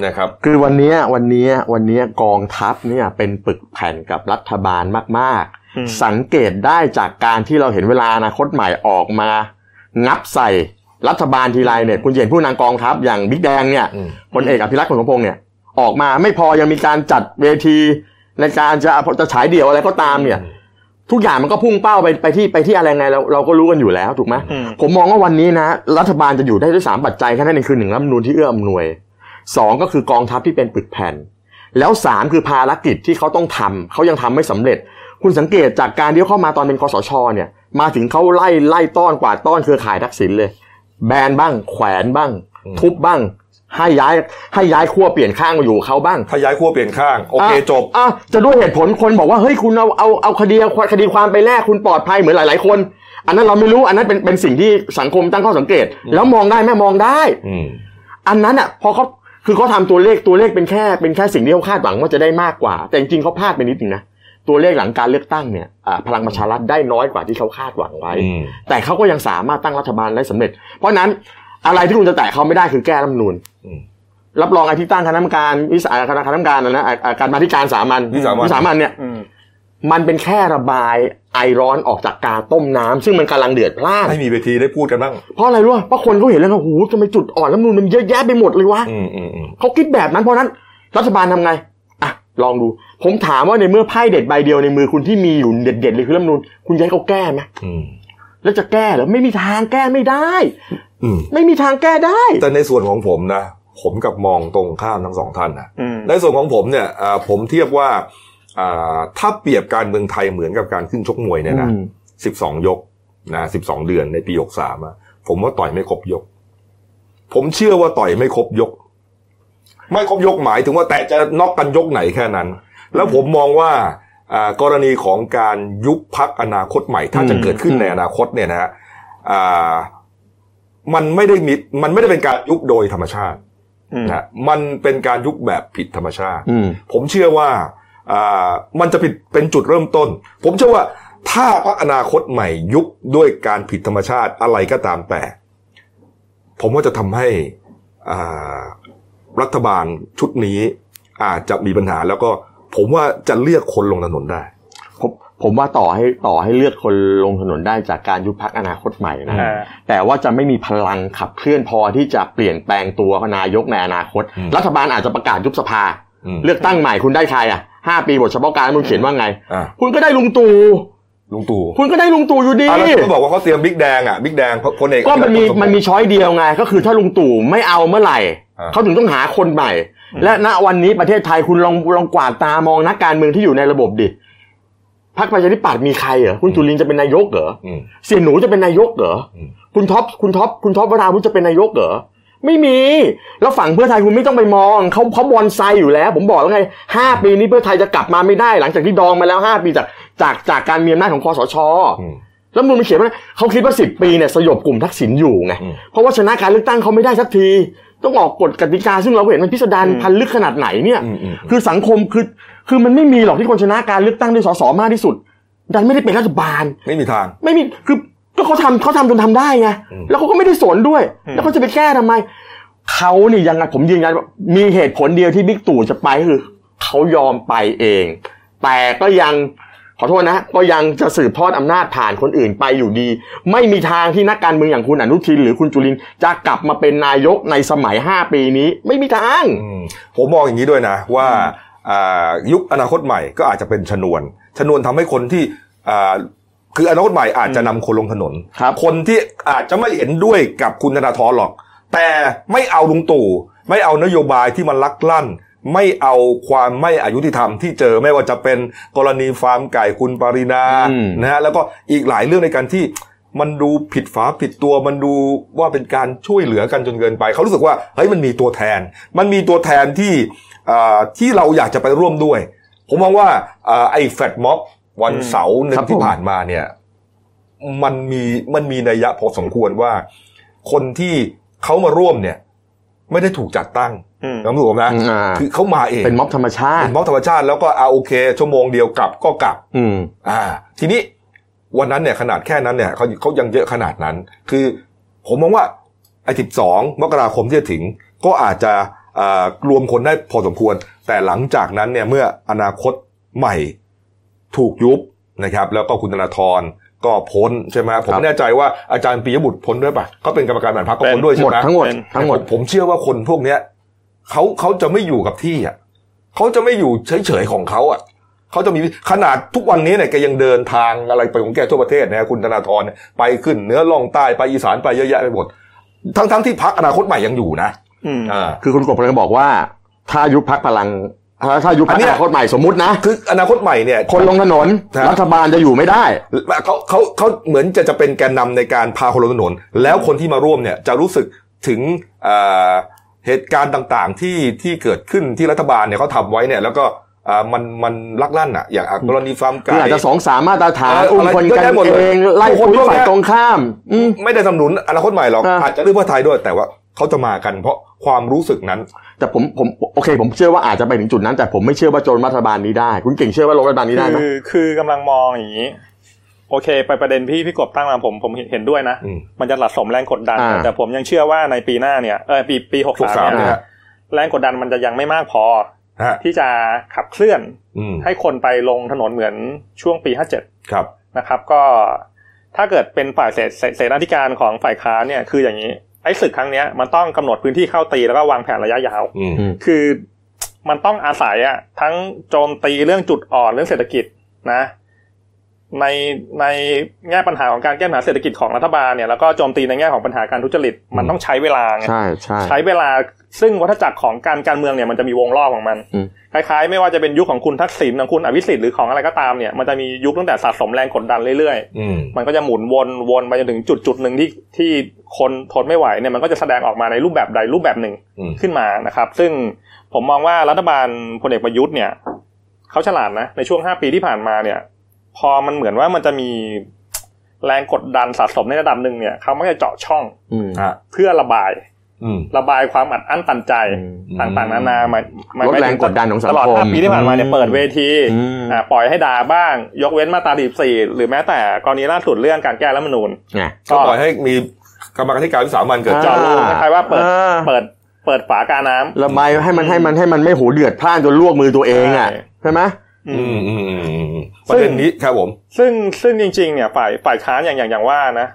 Speaker 1: นะครับ
Speaker 2: คือวันเนี้ยวันเนี้ยวันเนี้ยกองทัพเนี่ยเป็นปึกแผ่นกับรัฐบาลมาก
Speaker 3: อืม
Speaker 2: ๆ สังเกตได้จากการที่เราเห็นเวลาอนาคตใหม่ออกมา งับใส่รัฐบาลทีไรเนี่ยคุณจะเห็นผู้นางกองทัพอย่างบิ๊กแดงเนี่ย
Speaker 1: อืม
Speaker 2: พลเอกอภิรักษ์ขนสมพงษ์เนี่ยออกมาไม่พอยังมีการจัดเวที ในการจะจะฉายเดี่ยวอะไรก็ตามเนี่ย ทุกอย่างมันก็พุ่งเป้าไปไปที่ไปที่อะไรไงเราเราก็รู้กันอยู่แล้วถูกไหม
Speaker 3: อืม
Speaker 2: ผมมองว่าวันนี้นะ รัฐบาลจะอยู่ได้ด้วยสามปัจจัยแค่นั้นเองคือหนึ่งรัฐธรรมนูญที่เอื้ออำนวยสองก็คือกองทัพที่เป็นปึกแผ่น แล้วสามคือภารกิจที่เขาต้องทำเขายังทำไม่สำเร็จ คุณสังเกตจากการที่เข้ามาตอนเป็นคอสชเนี่ย มาถึงเขาไล่ไล่ต้อนกวาดต้อนเครือข่ายทักษิณเลย แบนบ้าง แขวนบ้าง
Speaker 1: อืม
Speaker 2: ทุบบ้าง ให้ย้ายให้ย้ายขั้วเปลี่ยนข้างมาอยู่เขาบ้าง
Speaker 1: ถ้าย้ายขั้วเปลี่ยนข้าง โอเค จบ
Speaker 2: อ่ะจะด้วยเหตุผลคนบอกว่าเฮ้ยคุณเอาเอาเอาคดีคดีความไปแลกคุณปลอดภัยเหมือนหลาย ๆ คน อันนั้นเราไม่รู้อันนั้นเป็นเป็นสิ่งที่สังคมตั้งข้อสังเกต แล้วมองได้ไหมมองได้
Speaker 1: อืม
Speaker 2: อันนั้นอ่ะพอเขาคือเขาทำตัวเลขตัวเลขเป็นแค่เป็นแค่สิ่งที่เขาคาดหวังว่าจะได้มากกว่า แต่จริงๆเขาพลาดไปนิดนึงนะตัวเลขหลังการเลือกตั้งเนี่ยอ่าพลังประชารัฐได้น้อยกว่าที่เขาคาดหวังไว้
Speaker 1: อืม
Speaker 2: แต่เขาก็ยังสามารถตั้งรัฐบาลได้สำเร็จ เพราะฉะนั้นอะไรที่คุณจะแตะเขาไม่ได้คือแก้รัฐธรรมนูญ
Speaker 1: อืม
Speaker 2: รับรองไอ้ที่ตั้งคณะกรรมการวิสาคณะกรรมการนะนะอ่าอ่าการมาธิการสามัญ
Speaker 1: วิสามัญ
Speaker 2: ญเนี่ย
Speaker 3: อืม
Speaker 2: มันเป็นแค่ระบายไอร้อนออกจากกาต้มน้ำซึ่งมันกำลังเดือดพล่าน
Speaker 1: ให้มีเวทีได้พูดกันบ้าง
Speaker 2: เพราะอะไรรู้ปะเพราะคนเขาเห็นแล้วว่าโอ้โหทำไมจุดอ่อนรัฐธรรมนูญมันเยอะแยะไปหมดเลยวะ
Speaker 1: อืมอืมอืม
Speaker 2: เขาคิดแบบนั้นเพราะฉะนั้นรัฐบาลทำไงอ่ะลองดู ผมถามว่าในเมื่อไพ่เด็ดใบเดียวในมือคุณที่มีอยู่เด็ดๆเลยคือรัฐธรรมนูญคุณจะให้เขาแก้ไหม
Speaker 1: อืม
Speaker 2: แล้วจะแก้เหรือไม่มีทางแก้ไม่ได้
Speaker 1: อืม
Speaker 2: ไม่มีทางแก้ได้
Speaker 1: แต่ในส่วนของผมนะ ผมกับมองตรงข้ามทั้งสองท่านนะ
Speaker 3: อืม
Speaker 1: ในส่วนของผมเนี่ยอ่าผมเทียบว่าอ่าถ้าเปรียบการเมืองไทยเหมือนกับการขึ้นชกมวยเนี่ยนะ
Speaker 2: อืม
Speaker 1: สิบสองยกนะสิบสองเดือนในปีหกสามผมว่าต่อยไม่ครบยก ผมเชื่อว่าต่อยไม่ครบยก ไม่ครบยกหมายถึงว่าแต่จะน็อกกันยกไหนแค่นั้น แล้วผมมองว่าอ่ากรณีของการยุบพักอนาคตใหม่ ถ้าจะเกิดขึ้นในอนาคตเนี่ยนะฮะอ่ามันไม่ได้มีมันไม่ได้เป็นการยุบโดยธรรมชาติ
Speaker 3: อืม
Speaker 1: นะฮะมันเป็นการยุบแบบผิดธรรมชาติ
Speaker 2: อืม
Speaker 1: ผมเชื่อว่าอ่ามันจะผิดเป็นจุดเริ่มต้น ผมเชื่อว่าถ้าพรรคอนาคตใหม่ยุบด้วยการผิดธรรมชาติอะไรก็ตามแต่ ผมว่าจะทำให้อ่ารัฐบาลชุดนี้อาจจะมีปัญหา แล้วก็ผมว่าจะเลือกคนลงถนนได้
Speaker 2: ผมผมว่าต่อให้ต่อให้เลือกคนลงถนนได้จากการยุบพักอนาคตใหม่นะ
Speaker 3: อ่า
Speaker 2: แต่ว่าจะไม่มีพลังขับเคลื่อนพอที่จะเปลี่ยนแปลงตัวนายกในอนาคต
Speaker 1: อืม
Speaker 2: รัฐบาลอาจจะประกาศยุบสภา
Speaker 1: อืม
Speaker 2: เลือกตั้งใหม่คุณได้ใครอ่ะห้าปีบทเฉพาะการมันเขียนว่าไง
Speaker 1: อ่ะ
Speaker 2: คุณก็ได้ลุงตู่
Speaker 1: ลุงตู่
Speaker 2: คุณก็ได้ลุงตู่อยู่ดี
Speaker 1: อ่ะแล้วก็บอกว่าเขาเตรียมบิ๊กแดงอ่ะบิ๊กแดงพลเอก
Speaker 2: ก็มันมี
Speaker 1: อภิรัตคงส
Speaker 2: มันมีช้อยเดียวไง ก็คือถ้าลุงตู่ไม่เอาเมื่อไหร่
Speaker 1: อ่า
Speaker 2: เขาถึงต้องหาคนใหม่ และณวันนี้ประเทศไทยคุณลองลองกวาดตามองนักการเมืองที่อยู่ในระบบดิพรรคประชาธิปัตย์มีใครเหรอคุณจุลินจะเป็นนายกเหรอ
Speaker 1: อืม
Speaker 2: เสี่ยหนูจะเป็นนายกเหรอ
Speaker 1: อืม
Speaker 2: คุณท็อป คุณท็อป คุณท็อปวราวุธจะเป็นนายกเหรอ ไม่มี แล้วฝั่งเพื่อไทยคุณไม่ต้องไปมองเขาเขาบอลไซอยู่แล้ว ผมบอกแล้วไงห้าปีนี้เพื่อไทยจะกลับมาไม่ได้ หลังจากที่ดองมาแล้วห้าปีจากจากจากการมีอำนาจของคอสช
Speaker 1: อืม
Speaker 2: แล้วมูลมันเขียนว่าเขาคิดว่าสิบปีเนี่ยสยบกลุ่มทักษิณอยู่ไง
Speaker 1: อืม
Speaker 2: เพราะว่าชนะการเลือกตั้งเขาไม่ได้สักที ต้องออกกฎกติกาซึ่งเราเห็นมันพิสดาร
Speaker 3: อืม
Speaker 2: พันลึกขนาดไหนเนี่ย
Speaker 1: อืมอืมอืม
Speaker 2: คือสังคมคือคือมันไม่มีหรอกที่คนชนะการเลือกตั้งด้วยสสมากที่สุด ดันไม่ได้เป็นรัฐบาล
Speaker 1: ไม่มีทาง
Speaker 2: ไม่มีคือก็เขาทำเขาทำจนทำได้ไง
Speaker 1: อืม
Speaker 2: แล้วเขาก็ไม่ได้สนด้วย
Speaker 3: อืม
Speaker 2: แล้วเขาจะไปแก้ทำไมเขานี่ยังไงผมยืนยันว่ามีเหตุผลเดียวที่บิ๊กตู่จะไปคือเขายอมไปเอง แต่ก็ยังขอโทษนะ ก็ยังจะสืบทอดอำนาจผ่านคนอื่นไปอยู่ดี ไม่มีทางที่นักการเมืองอย่างคุณอนุทินหรือคุณจุลินทร์จะกลับมาเป็นนายกในสมัย 5 ปีนี้ ไม่มีทาง
Speaker 1: อืมผมมองอย่างนี้ด้วยนะว่าอ่ายุคอนาคตใหม่ก็อาจจะเป็นชนวน ชนวนทำให้คนที่อ่าคืออนาคตใหม่อาจจะนำคนลงถนน
Speaker 2: ครับ
Speaker 1: คนที่อาจจะไม่เห็นด้วยกับคุณธนาธรหรอก แต่ไม่เอาลุงตู่ ไม่เอานโยบายที่มันลักลั่น ไม่เอาความไม่อายุติธรรมที่เจอไม่ว่าจะเป็นกรณีฟาร์มไก่คุณปรินา
Speaker 2: อืม
Speaker 1: นะฮะแล้วก็อีกหลายเรื่องในการที่มันดูผิดฝาผิดตัวมันดูว่าเป็นการช่วยเหลือกันจนเกินไป เขารู้สึกว่าเฮ้ยมันมีตัวแทน มันมีตัวแทนที่อ่าที่เราอยากจะไปร่วมด้วย ผมมองว่าอ่าไอ้แฟดม็อบวันเสาร์หนึ่
Speaker 2: ครั
Speaker 1: ง
Speaker 2: บผม
Speaker 1: ที่ผ่านมาเนี่ย มันมีมันมีนัยยะพอสมควรว่า คนที่เขามาร่วมเนี่ย ไม่ได้ถูกจัดตั้ง
Speaker 3: อืม
Speaker 1: น้ำรวมนะ
Speaker 2: อ่า
Speaker 1: คือเขามาเอง
Speaker 2: เป็นม็อบธรรมชา
Speaker 1: เป็
Speaker 2: ติ
Speaker 1: นม็อบธรรมชาติแล้วก็อาโอเค ชั่วโมงเดียวกลับก็กลับ
Speaker 2: อืม
Speaker 1: อ่า ทีนี้วันนั้นเนี่ยขนาดแค่นั้นเนี่ยเขาเขายังเยอะขนาดนั้น คือผมมองว่าไอ้สิบสองมกราคมที่จะถึง ก็อาจจะอ่ารวมคนได้พอสมควร แต่หลังจากนั้นเนี่ยเมื่ออนาคตใหม่ถูกยุบนะครับ แล้วก็คุณธนาธรก็พ้นใช่ไหมผม
Speaker 2: ครับ
Speaker 1: ไม่แน่ใจว่าอาจารย์ปียบุตรพ้นด้วยปะเขาเป็นกรรมการบริหารพรรคก็พ้นด้วย
Speaker 2: ห
Speaker 1: ใช่
Speaker 2: มด
Speaker 1: ไหม
Speaker 2: ทั้งหมด
Speaker 3: เป็น
Speaker 2: ทั้งหมด
Speaker 1: ผมผมเชื่อว่าคนพวกเนี้ยเขาเขาจะไม่อยู่กับที่อ่ะเขาจะไม่อยู่เฉยๆของเขาอ่ะเขาจะมีขนาดทุกวันนี้เนี่ยแกยังเดินทางอะไรไปของแกทั่วประเทศนะฮะคุณธนาธรเนี่ยไปขึ้นเหนือล่องใต้ไปอีสานไปเยอะแยะไปหมดทั้งๆที่พักอนาคตใหม่ยังอยู่นะ
Speaker 3: อืม
Speaker 1: อ่า
Speaker 2: คือคุณกบกำลังบอกว่า ถ้ายุบพักพลัง ถ้าถ้ายุบ
Speaker 1: อั
Speaker 2: พั
Speaker 1: น
Speaker 2: ก
Speaker 1: เนี้
Speaker 2: อย นาคตใหม่สมมตินะ
Speaker 1: คืออนาคตใหม่เนี่ย
Speaker 2: คนลงถนน
Speaker 1: ครับ
Speaker 2: รัฐบาลจะอยู่ไม่ได้
Speaker 1: เขาเขาเขาเหมือนจะจะเป็นแกนนำในการพาคนลงถนน แล้วคนที่มาร่วมเนี่ยจะรู้สึกถึงเอ่อเหตุการณ์ต่างๆที่ที่เกิดขึ้นที่รัฐบาลเนี่ยเขาทำไว้เนี่ย แล้วก็เอ่อมันมันลักลั่นอ่ะ อย่างอ่ะกรณีฟาร์มไก่
Speaker 2: คืออาจจะสองสามมาตรฐาน
Speaker 1: เออ
Speaker 2: อุ้ม
Speaker 1: อะไร
Speaker 2: คนกัน
Speaker 1: เยอะแยะหมดเลย
Speaker 2: เองไล่
Speaker 1: ผู้
Speaker 2: ค
Speaker 1: คนนพวก
Speaker 2: ฝ่าย
Speaker 1: เนี้ย
Speaker 2: ตรงข้าม อืม
Speaker 1: ไม่ได้สนับสนุนอนาคตใหม่หรอก
Speaker 2: อ่า
Speaker 1: อาจจะเลือกเพื่อไทยด้วยแต่ว่าเขาจะมากันเพราะความรู้สึกนั้น
Speaker 2: แต่ผมผมโอเค ผมเชื่อว่าอาจจะไปถึงจุดนั้น แต่ผมไม่เชื่อว่าโจรรัฐบาลนี้ได้ คุณเก่งเชื่อว่าโจรรัฐบาลนี้ได้ไหม
Speaker 3: คือคือกำลังมองอย่างนี้ โอเค ไปประเด็นพี่พี่กบตั้งมาผมผมเห็นด้วยนะ
Speaker 1: อืม
Speaker 3: มันจะสะสมแรงกดดัน
Speaker 2: อ่า
Speaker 3: แต่ผมยังเชื่อว่าในปีหน้าเนี่ยเออปีปีหก
Speaker 1: ถูก
Speaker 3: สา
Speaker 1: สา
Speaker 3: ม
Speaker 1: ม
Speaker 3: เนี่
Speaker 1: นะ
Speaker 3: ย
Speaker 1: ฮะ
Speaker 3: แรงกดดันมันจะยังไม่มากพอ
Speaker 1: ฮะ
Speaker 3: ที่จะขับเคลื่อน
Speaker 1: อืม
Speaker 3: ให้คนไปลงถนนเหมือนช่วงปีห้าเจ็ด
Speaker 1: ครับ
Speaker 3: นะครับ ก็ถ้าเกิดเป็นฝ่ายเสเสเสนาธิการของฝ่ายค้านเนี่ยคืออย่างนี้ไอ้ศึกครั้งเนี้ยมันต้องกำหนดพื้นที่เข้าตีแล้วก็วางแผนระยะยาว
Speaker 1: อืม
Speaker 3: คือมันต้องอาศัยอะทั้งโจมตีเรื่องจุดอ่อนเรื่องเศรษฐกิจนะ ในในแง่ปัญหาของการแก้ปัญหาเศรษฐกิจของรัฐบาลเนี่ยแล้วก็โจมตีในแง่ของปัญหาการทุจริตมันต้องใช้เวลาไง
Speaker 2: ใช่ใช่
Speaker 3: ใช้เวลาซึ่งวัฏจักรของการการเมืองเนี่ยมันจะมีวงรอบของมัน
Speaker 2: อืม
Speaker 3: คล้ายๆ ไม่ว่าจะเป็นยุคของคุณทักษิณของคุณอภิสิทธิ์หรือของอะไรก็ตามเนี่ยมันจะมียุคตั้งแต่สะสมแรงกดดันเรื่อยๆ
Speaker 1: อืม
Speaker 3: มันก็จะหมุนวนวนไปจนถึงจุดจุดหนึ่งที่ที่คนทนไม่ไหวเนี่ยมันก็จะแสดงออกมาในรูปแบบใดรูปแบบหนึ่งขึ้นมานะครับ ซึ่งผมมองว่ารัฐบาลพลเอกประยุทธ์เนี่ยเขาฉลาดนะในช่วงห้าปีที่ผ่านมาเนี่ย พอมันเหมือนว่ามันจะมีแรงกดดันสะสมในระดับหนึ่งเนี่ยเขามักจะเจาะช่อง
Speaker 2: อืม
Speaker 1: ฮะ
Speaker 3: เพื่อระบาย
Speaker 1: อืม
Speaker 3: ระบายความอัดอั้นตันใจต่างๆนานามามา
Speaker 2: ลดแรงกดดันของสังคม
Speaker 3: ตลอดห้าปีที่ผ่านมาเนี่ย
Speaker 2: อืม
Speaker 3: เปิดเวที
Speaker 2: อืม
Speaker 3: อ่าปล่อยให้ด่าบ้าง ยกเว้นมาตราดีสี่หรือแม้แต่กรณีล่าสุดเรื่องการแก้รัฐธรรมนูญ
Speaker 2: ไง
Speaker 1: ก็ปล่อยให้มีกรรมการธิการวิสามันเกิด
Speaker 2: อ่า
Speaker 1: จ
Speaker 3: จ
Speaker 1: อ
Speaker 3: อดลงคล้ายๆว่าเปิด
Speaker 2: อ่า
Speaker 3: เปิดเปิดฝากาน้ำ
Speaker 2: ระบายให้มันให้มันให้มันไม่หูเดือดพล่านจนลวกมือตัวเองอ่ะ
Speaker 3: ใช่
Speaker 2: ใช่ไหม
Speaker 3: อื
Speaker 1: อืม
Speaker 3: ม
Speaker 1: อืมอืมอืมประเด็นนี้ครับผม
Speaker 3: ซึ่งซึ่งจริงๆเนี่ยฝ่ายฝ่ายค้านอย่างอย่างอย่างว่านะ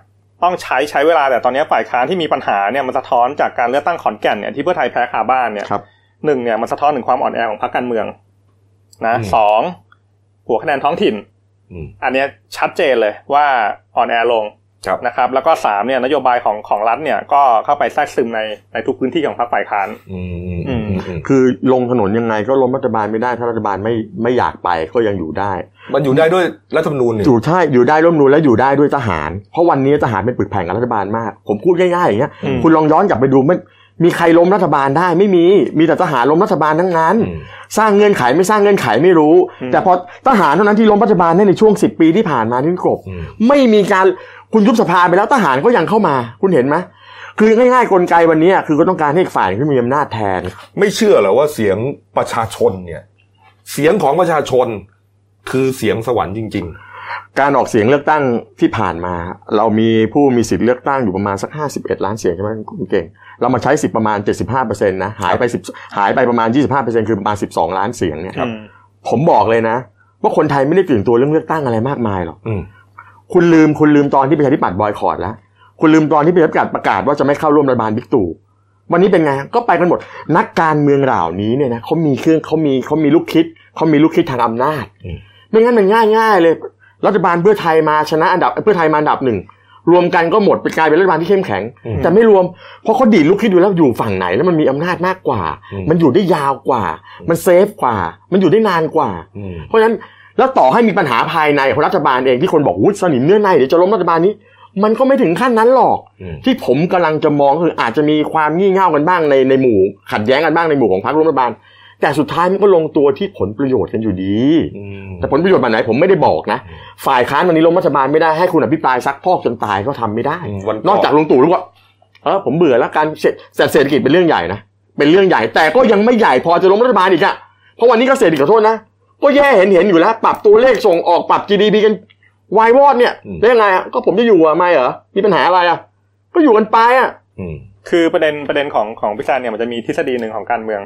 Speaker 3: ต้องใช้ใช้เวลาแต่ตอนนี้ฝ่ายค้านที่มีปัญหาเนี่ยมันสะท้อนจากการเลือกตั้งขอนแก่นเนี่ยที่เพื่อไทยแพ้คาบ้านเนี่ย
Speaker 2: ครับ
Speaker 3: หนึ่งเนี่ยมันสะท้อนถึงความอ่อนแอของพรรคการเมืองนะ
Speaker 1: อืม
Speaker 3: สองหัวคะแนนท้องถิ่น
Speaker 1: อืม
Speaker 3: อันเนี้ยชัดเจนเลยว่าอ่อนแอลง
Speaker 1: ครับ
Speaker 3: นะครับ แล้วก็สามเนี่ยนโยบายของของรัฐเนี่ยก็เข้าไปแทรกซึมในในทุกพื้นที่ของพรรคฝ่ายค้าน
Speaker 1: อืมอืมอืมอืม
Speaker 2: คือลงถนนยังไงก็ล้มรัฐบาลไม่ได้ถ้ารัฐบาลไม่ไม่อยากไปก็ยังอยู่ได้
Speaker 1: มันอยู่ได้ด้วยรัฐธรรมนูญนี่
Speaker 2: อยู่ใช่อยู่ได้ร่วมนูนและอยู่ได้ด้วยทหาร เพราะวันนี้ทหารเป็นปึกแผ่งกับรัฐบาลมาก ผมพูดง่ายๆอย่างเงี้ย
Speaker 3: อืม
Speaker 2: คุณลองย้อนกลับไปดูมันมีใครล้มรัฐบาลได้ไม่มีมีแต่ทหารล้มรัฐบาลทั้งนั้น
Speaker 1: อืม
Speaker 2: สร้างเงื่อนไขไม่สร้างเงื่อนไขไม่รู้
Speaker 3: อืม
Speaker 2: แต่พอทหารเท่านั้นที่ล้มรัฐบาลได้ในช่วง 10 ปีที่ผ่านมาที่กบ
Speaker 1: อืม
Speaker 2: ไม่มีการคุณยุบสภาไปแล้วทหารก็ยังเข้ามา คุณเห็นไหมคือง่ายๆกลไกวันนี้คือก็ต้องการให้อีกฝ่ายขึ้นมีอำนาจแทน
Speaker 1: ไม่เชื่อเหรอว่าเสียงประชาชนเนี่ย เสียงของประชาชนคือเสียงสวรรค์จริง
Speaker 2: การออกเสียงเลือกตั้งที่ผ่านมา เรามีผู้มีสิทธิ์เลือกตั้งอยู่ประมาณสัก 51 ล้านเสียงใช่ไหมคุณเก่ง เรามาใช้สิทธิ์ประมาณ 75%นะหายไป10หายไปประมาณ 25%คือประมาณ 12 ล้านเสียงเนี่ย
Speaker 3: อืม
Speaker 2: ผมบอกเลยนะ ว่าคนไทยไม่ได้ตื่นตัวเรื่องเลือกตั้งอะไรมากมายหรอก
Speaker 1: อืม
Speaker 2: คุณลืมคุณลืมตอนที่ประชาธิปัตย์บอยคอรดแล้วคุณลืมตอนที่ประชาธิปัตย์ประกาศว่าจะไม่เข้าร่วมรัฐบาลบิ๊กตู่วันนี้เป็นไงก็ไปกันหมด นักการเมืองเหล่านี้เนี่ยนะเขามีเครื่องเขามีเขามีลูกคิดเขามีลูกคิดทางอำนาจ ไม่งั้นมันง่ายๆเลย รัฐบาลเพื่อไทยมาชนะอันดับเพื่อไทยมาอันดับหนึ่งรวมกันก็หมดไปกลายเป็นรัฐบาลที่เข้มแข็ง
Speaker 1: อืม
Speaker 2: แต่ไม่รวม เพราะเขาดีดลูกคิดดูแล้วอยู่ฝั่งไหนแล้วมันมีอำนาจมากกว่า
Speaker 1: อืม
Speaker 2: มันอยู่ได้ยาวกว่า มันเซฟกว่า มันอยู่ได้นานกว่า
Speaker 1: ๆอืม
Speaker 2: เพราะฉะนั้นแล้วต่อให้มีปัญหาภายในของรัฐบาลเองที่คนบอกวุ้ยสนิมเนื้อในเดี๋ยวจะล้มรัฐบาลนี้ มันก็ไม่ถึงขั้นนั้นหรอก
Speaker 1: อืม
Speaker 2: ที่ผมกำลังจะมองคืออาจจะมีความงี่เง่ากันบ้างในในหมู่ ขัดแย้งกันบ้างในหมู่ของพรรคร่วมรัฐบาล แต่สุดท้ายมันก็ลงตัวที่ผลประโยชน์กันอยู่ดี
Speaker 1: อืม
Speaker 2: แต่ผลประโยชน์แบบไหนผมไม่ได้บอกนะ ฝ่ายค้านวันนี้ล้มรัฐบาลไม่ได้ให้คุณอภิปรายซักพอกจนตายก็ทำไม่ได้
Speaker 1: อืมวันก่อน
Speaker 2: นอกจากลุงตู่รู้ว่าเออผมเบื่อแล้วการเศรษฐเศรษฐกิจเป็นเรื่องใหญ่นะเป็นเรื่องใหญ่แต่ก็ยังไม่ใหญ่พอจะล้มรัฐบาลอีกอะเพราะวันนี้ก็เศรษฐกิจขอโทษนะก็แย่เห็นเห็นอยู่แล้ว ปรับตัวเลขส่งออกปรับ GDP กันวายวอดเนี่ย
Speaker 1: อืม
Speaker 2: ได้วยังไงอะก็ผมจะอยู่อะไม่เหรอมีปัญหาอะไรอะก็อยู่กันไปอะ
Speaker 1: อืม
Speaker 3: คือประเด็นประเด็นของของพิซานเนี่ยมันจะมีทฤษฎีหนึ่งของการเมือง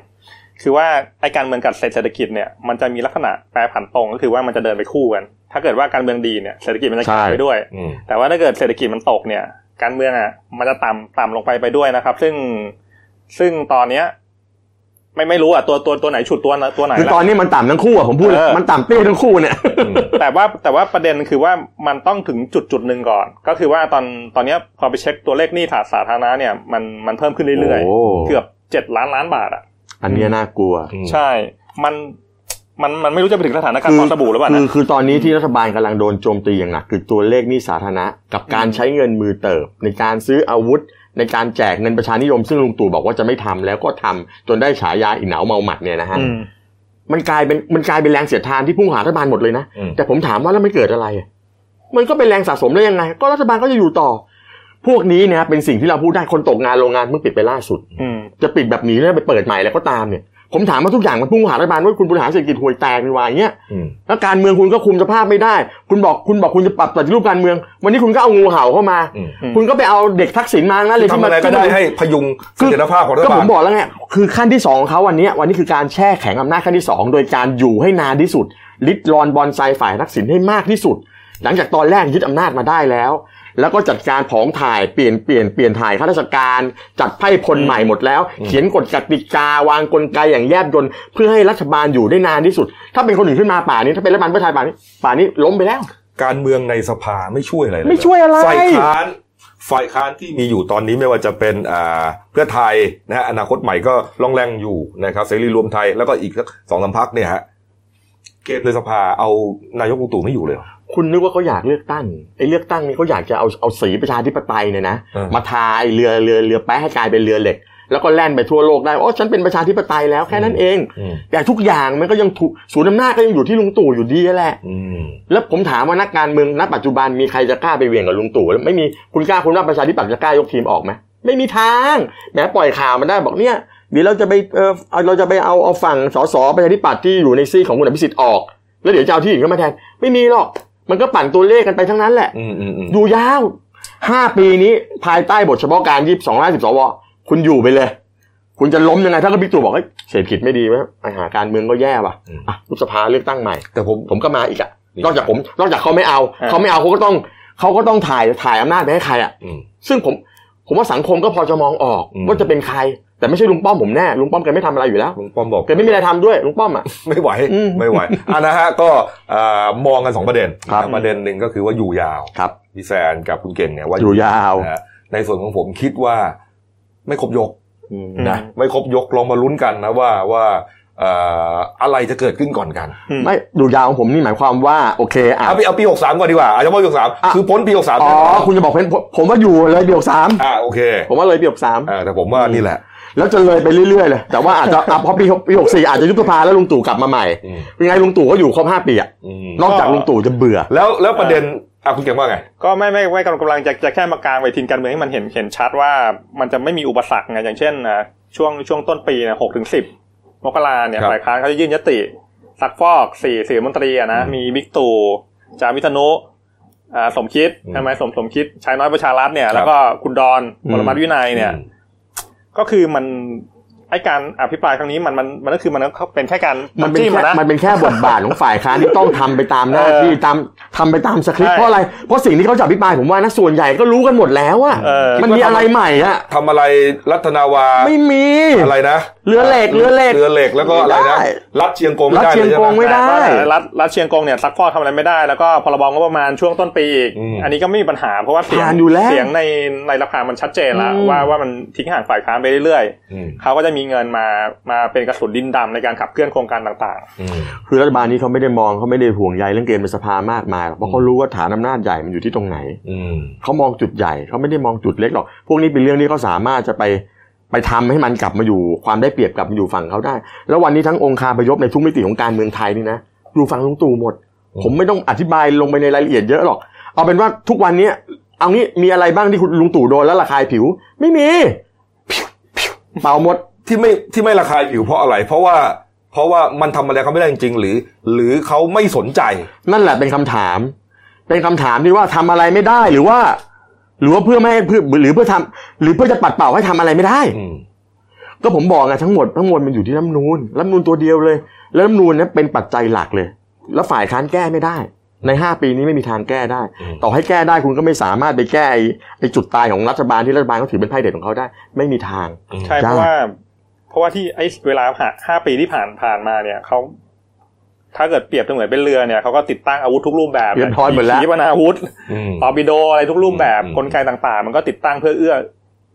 Speaker 3: คือว่าไอการเมืองกับเศรษฐกิจเนี่ยมันจะมีลักษณะแปรผันตรงก็คือว่ามันจะเดินไปคู่กัน ถ้าเกิดว่าการเมืองดีเนี่ยเศรษฐกิจมันจะขึ้นไปด้วย
Speaker 1: อืม
Speaker 3: แต่ว่าถ้าเกิดเศรษฐกิจมันตกเนี่ย การเมืองอ่ะมันจะต่ำต่ำลงไปไปด้วยนะครับ ซึ่งซึ่งตอนเนี้ย ไม่ไม่รู้อ่ะตัวตัวตัวไหนฉุดตัวตัวไหน
Speaker 2: คือ
Speaker 3: ละ
Speaker 2: ตอนนี้มันต่ำทั้งคู่อะผมพูดเลย
Speaker 3: เออ
Speaker 2: มันต่ำเตี้ยทั้งคู่เนี่ย
Speaker 1: อืม
Speaker 3: แต่ว่าแต่ว่าประเด็นคือว่ามันต้องถึงจุดจุดหนึ่งก่อน ก็คือว่าตอนตอนเนี้ยพอไปเช็คตัวเลขหนี้ฐานสาธารณะเนี่ยมันมันเพิ่มขึ้นเรื่อย
Speaker 2: โอ้
Speaker 3: ๆเกือบเจ็ดล้านล้านบาทอ่ะ
Speaker 2: อันเนี้ยน่ากลัว
Speaker 3: ใช่ มัน มัน มันไม่รู้จะไปถึงสถานการณ์ฟองสบู่หรือเปล่า
Speaker 2: คื
Speaker 3: นะ
Speaker 2: อคือตอนนี้ที่รัฐบาลกำลังโดนโจมตีอย่างหนักคือตัวเลขหนี้สาธารณะ กับการ
Speaker 3: อืม
Speaker 2: ใช้เงินมือเติบ ในการซื้ออาวุธ ในการแจกเงินประชานิยม ซึ่งลุงตู่บอกว่าจะไม่ทำแล้วก็ทำจนได้ฉายาอีเหนาเมาหมัดเนี่ยนะฮะ
Speaker 3: อืม
Speaker 2: มันกลายเป็นมันกลายเป็นแรงเสียดทานที่พุ่งหารัฐบาลหมดเลยนะ
Speaker 1: อืม
Speaker 2: แต่ผมถามว่าแล้วมันเกิดอะไรอะมันก็เป็นแรงสะสมได้ยังไง ก็รัฐบาลก็จะอยู่ต่อ พวกนี้เนี่ยเป็นสิ่งที่เราพูดได้คนตกงานโรงงานเพิ่งปิดไปล่าสุด
Speaker 3: อืม
Speaker 2: จะปิดแบบนี้แล้วไปเปิดใหม่แล้วก็ตามเนี่ย ผมถามว่าทุกอย่างมันพุ่งหารัฐบาลว่าคุณบริหารเศรษฐกิจห่วยแตกนี่หว่าอย่างเงี้ย
Speaker 1: อืม
Speaker 2: แล้วการเมืองคุณก็คุมสภาพไม่ได้ คุณบอกคุณบอกคุณจะปรับปฏิรูปการเมือง วันนี้คุณก็เอางูเห่าเข้ามา
Speaker 1: อืม
Speaker 3: อืม
Speaker 2: คุณก็ไปเอาเด็กทักษิณมานั่นเลย
Speaker 1: ทำ
Speaker 2: ที่
Speaker 1: อะ
Speaker 2: มา
Speaker 1: ไรก็ได้ให้พยุงเสถียรภาพของรัฐ
Speaker 2: ก็ผ
Speaker 1: บาล
Speaker 2: มบอกแล้วไงคือขั้นที่สองของเขาวันนี้วันนี้คือการแช่แข็งอำนาจขั้นที่สองโดยการอยู่ให้นานที่สุดลิดรอนบอลไซฝ่ายทักษิณให้มากที่สุด หลังจากตอนแรกยึดอำนาจมาได้แล้ว แล้วก็จัดการผองถ่ายเปลี่ยนเปลี่ยนเปลี่ยนถ่ายข้าราชการ จัดไพ่พลใหม่หมดแล้ว เขียนกฎกติกาวางกลไกอย่างแยบยลเพื่อให้รัฐบาลอยู่ได้นานที่สุด ถ้าเป็นคนอื่นขึ้นมาป่านนี้ถ้าเป็นรัฐบาลเพื่อไทยป่านนี้ป่านนี้ล้มไปแล้ว
Speaker 1: การเมืองในสภาไม่ช่วยอะไรเลย
Speaker 2: ไม่ช่วยอะไร
Speaker 1: ฝ่ายค้านฝ่ายค้านที่มีอยู่ตอนนี้ไม่ว่าจะเป็นอ่าเพื่อไทยนะฮะอนาคตใหม่ก็ล่องแรงอยู่นะครับเสรีรวมไทยแล้วก็อีกสักสองสามพักเนี่ยฮะเกมในสภาเอานายกลุงตู่ไม่อยู่เลยเหรอ
Speaker 2: คุณนึกว่าเขาอยากเลือกตั้งไอ้เลือกตั้งนี่เขาอยากจะเอาเอาสีประชาธิปไตยเนี่ยนะ
Speaker 1: เออ
Speaker 2: มาทาไอ้เรือเรือเรือแป๊ะให้กลายเป็นเรือเหล็ก แล้วก็แล่นไปทั่วโลกได้โอ้ฉันเป็นประชาธิปไตยแล้วแค่นั้นเอง
Speaker 1: อืม
Speaker 2: แต่ทุกอย่างมันก็ยังถูกศูนย์อำนาจก็ยังอยู่ที่ลุงตู่อยู่ดีแหละ
Speaker 1: อืม
Speaker 2: แล้วผมถามว่านักการเมืองณปัจจุบันมีใครจะกล้าไปเหวี่ยงกับลุงตู่แล้วไม่มีคุณกล้าคุณว่าประชาธิปัตย์จะกล้ายกทีมออกไหม ไม่มีทางแหม้ปล่อยข่าวมันได้บอกเนี่ยเดี๋ยวเราจะไปเออเอาเราจะไปเอาเอาฝั่งสสประชาธิปัตย์ที่อยู่ในซีกของคุณอภิสิทธิ์ออก แล้วเดี๋ยวจะเอาที่อื่นเข้ามาแทนไม่มีหรอก มันก็ปั่นตัวเลขกันไปทั้งนั้นแหละ
Speaker 1: อืมอืมอืม
Speaker 2: อยู่ยาวห้าปีนี้ภายใต้บทเฉพาะการยี่สิบสองห้าสิบสวคุณอยู่ไปเลย คุณจะล้มยังไง ถ้าก็บิ๊กตู่บอกเฮ้ยเศรษฐกิจไม่ดีวะปัญหาการเมืองก็แย่ว่ะอ่ะยุบสภาเลือกตั้งใหม่
Speaker 1: แต่ผม
Speaker 2: ผมก็มาอีกอะ
Speaker 1: นี่
Speaker 2: นอกจากผม นอกจากเขาไม่เอา
Speaker 3: อ่า
Speaker 2: เขาไม่เอาเขาก็ต้องเขาก็ต้องถ่ายถ่ายอำนาจไปให้ใครอะ
Speaker 1: อืม
Speaker 2: ซึ่งผมผมว่าสังคมก็พอจะมองออก
Speaker 1: อืม
Speaker 2: ว่าจะเป็นใคร แต่ไม่ใช่ลุงป้อมผมแน่ลุงป้อมแกไม่ทำอะไรอยู่แล้ว
Speaker 1: ลุงป้อมบอก
Speaker 2: แกไม่มีอะไรทำด้วยลุงป้อมอะ
Speaker 1: ไม่ไหว
Speaker 2: อืม
Speaker 1: ไม่ไหวอ่ะนะฮะก็เอ่อมองกันสองประเด็น
Speaker 2: ครับ
Speaker 1: ประเด็นหนึ่งก็คือว่าอยู่ยาว
Speaker 2: ครับ
Speaker 1: พี่แซนกับคุณเก่งเนี่ยว่า
Speaker 2: อยู่ยาว
Speaker 1: นะฮะในส่วนของผมคิดว่าไม่ครบยก
Speaker 2: อืม
Speaker 1: นะ
Speaker 3: อืม
Speaker 1: ไม่ครบยกลองมาลุ้นกันนะว่าว่าเอ่ออะไรจะเกิดขึ้นก่อนกัน
Speaker 3: อืม
Speaker 2: ไม่อยู่ยาวของผมนี่หมายความว่าโอเคอ่ะ
Speaker 1: เอาปีเอาปีหกสามก่อนดีกว่าอาจจะเฉพาะปีหกสาม
Speaker 2: อ่ะ
Speaker 1: คือพ้นปีหกสาม
Speaker 2: อ๋อคุณจะบอกเพ้นผมผมว่าอยู่เลยเบียกสาม
Speaker 1: อ่าโอเค
Speaker 2: ผมว่าเลยเบียกสาม
Speaker 1: อ่าแต่ผมว่านี่แหละ
Speaker 2: แล้วจะเลยไปเรื่อยๆเลยแต่ว่าอาจจะอ่ะพอปีปีหกสี่อาจจะยุบสภาแล้วลุงตู่กลับมาใหม่
Speaker 1: อืม
Speaker 2: ยังไงลุงตู่ก็อยู่ครบห้าปีอะ
Speaker 1: อืม
Speaker 2: นอกจากลุงตู่จะเบื่อ
Speaker 1: แล้วแล้วประเด็นอ่ะคุณเก่งว่าไง
Speaker 3: ก็ไม่ไม่ไม่กำลังกำลังจะจะแค่มากลางเวทีการเมืองให้มันเห็นเห็นชัดว่ามันจะไม่มีอุปสรรคไงอย่างเช่นนะช่วงช่วงต้นปีนะหกถึงสิบมกราเนี่ย
Speaker 1: ครับ
Speaker 3: ฝ่ายค้านเขาจะยื่นยติซักฟอกสี่สี่รัฐมนตรีอะนะ
Speaker 1: อืม
Speaker 3: มีบิ๊กตู่จามิธนุอ่าสมคิด
Speaker 1: อืม
Speaker 3: ใช่ไหมสมสมคิดชายน้อยประชารัฐเนี่
Speaker 1: ค
Speaker 3: ย
Speaker 1: รับ
Speaker 3: แล้วก็คุณดอน
Speaker 2: อืม
Speaker 3: ปรมัตถ์วินัยเนี่ย
Speaker 1: อืม
Speaker 3: ก็คือมันไอการอภิปรายครั้งนี้มันมันมันก็คือมันก็เป็นแค่การ
Speaker 2: มันเป็น
Speaker 3: จิ้
Speaker 2: แค่
Speaker 3: อะนะ
Speaker 2: มันเป็นแค่บทบาทของฝ่ายค้านที่ต้องทำไปตามหน้าที่
Speaker 3: เออ
Speaker 2: ตามทำไปตามสคริปต์
Speaker 3: ใช่
Speaker 2: เพราะอะไรเพราะสิ่งที่เขาจะอภิปรายผมว่านะส่วนใหญ่ก็รู้กันหมดแล้วอะ
Speaker 3: เออ
Speaker 2: มันมีอะไรใหม่อะ
Speaker 1: ทำอะไรรัตนาวา
Speaker 2: ไม่มี
Speaker 1: อะไรนะ
Speaker 2: เรือเหล็กเรือเหล็ก
Speaker 1: เรือเหล็กแล้วก็อะไร
Speaker 2: ไม่
Speaker 1: นะ
Speaker 2: ได้
Speaker 1: รัดเชียงกง
Speaker 2: รั
Speaker 1: ไม่
Speaker 2: ด
Speaker 1: ได้
Speaker 2: เชียง
Speaker 1: ลใช่
Speaker 2: ก
Speaker 1: ไหม
Speaker 2: งไม่ได้
Speaker 3: รัฐรัฐเชียงกงเนี่ยซักฟอกทำอะไรไม่ได้แล้วก็พรบงบประมาณช่วงต้นปีอีก
Speaker 1: อืม
Speaker 3: นนี้ก็ไม่มีปัญหาเพราะว่าเสียง
Speaker 2: ผ่านอยู่แล้ว
Speaker 3: เสียงในในราคามันชัดเจนแล้ว
Speaker 2: อืม
Speaker 3: ว่าว่ามันทิ้งห่างฝ่ายค้านไปเรื่อย
Speaker 1: อืม
Speaker 3: ๆเขาก็จะมีเงินมามาเป็นกระสุนดินดำในการขับเคลื่อนโครงการต่าง
Speaker 1: อืม
Speaker 2: คือรัฐบาลนี้เขาไม่ได้มองเขาไม่ได้ห่วงใยเรื่องเกมในสภามากมายหรอกเพราะเขารู้ว่าฐานอำนาจใหญ่มันอยู่ที่ตรงไหน
Speaker 1: อืม
Speaker 2: เขามองจุดใหญ่เขาไม่ได้มองจุดเล็กหรอกพวกนี้เป็นเรื่องที่เขาสามารถจะไปไปทำให้มันกลับมาอยู่ความได้เปรียบกลับมาอยู่ฝั่งเขาได้ แล้ววันนี้ทั้งองค์คาพยพในทุกมิติของการเมืองไทยนี่นะอยู่ฝั่งลุงตู่หมด
Speaker 1: อืม
Speaker 2: ผมไม่ต้องอธิบายลงไปในรายละเอียดเยอะหรอก เอาเป็นว่าทุกวันนี้เอางี้มีอะไรบ้างที่คุณลุงตู่โดนแล้วระคายผิว ไม่มีเป่าหมด
Speaker 1: ที่ไม่ที่ไม่ระคายผิวเพราะอะไร เพราะว่า เพราะว่ามันทำอะไรเขาไม่ได้จริงๆหรือ หรือเขาไม่สนใจ
Speaker 2: นั่นแหละเป็นคำถาม เป็นคำถามที่ว่าทำอะไรไม่ได้หรือว่า หรือว่าเพื่อไม่ให้เพื่อหรือเพื่อทำหรือเพื่อจะปัดเป่าให้ทำอะไรไม่ได้
Speaker 1: อืม
Speaker 2: ก็ผมบอกไงทั้งหมดทั้งมวลมันอยู่ที่รัฐธรรมนูนรัฐธรรมนูนตัวเดียวเลย แล้วรัฐธรรมนูนเนี่ยเป็นปัจจัยหลักเลย แล้วฝ่ายค้านแก้ไม่ได้ ในห้าปีนี้ไม่มีทางแก้ได้
Speaker 1: อืม
Speaker 2: ต่อให้แก้ได้คุณก็ไม่สามารถไปแก้ไอ้ไอ้จุดตายของรัฐบาลที่รัฐบาลเขาถือเป็นไพ่เด็ดของเขาได้ ไม่มีทาง
Speaker 1: อืม
Speaker 3: ๆใช่เพ
Speaker 2: จ้า
Speaker 3: ราะว่า เพราะว่าที่ไอเวลาหาห้าปีที่ผ่านผ่านมาเนี่ยเขาถ้าเกิดเปรียบเสมือนเป็นเรือเนี่ยเขาก็ติดตั้งอาวุธทุกรูปแบบ
Speaker 2: เรียบร้อยหมดแล้ว
Speaker 3: ขีปนาวุธ
Speaker 1: อืม
Speaker 3: ตอร์ปิโดอะไรทุกรูปแบบ
Speaker 1: อืม
Speaker 3: กลไกต่างๆ มันก็ติดตั้งเพื่อเอื้อ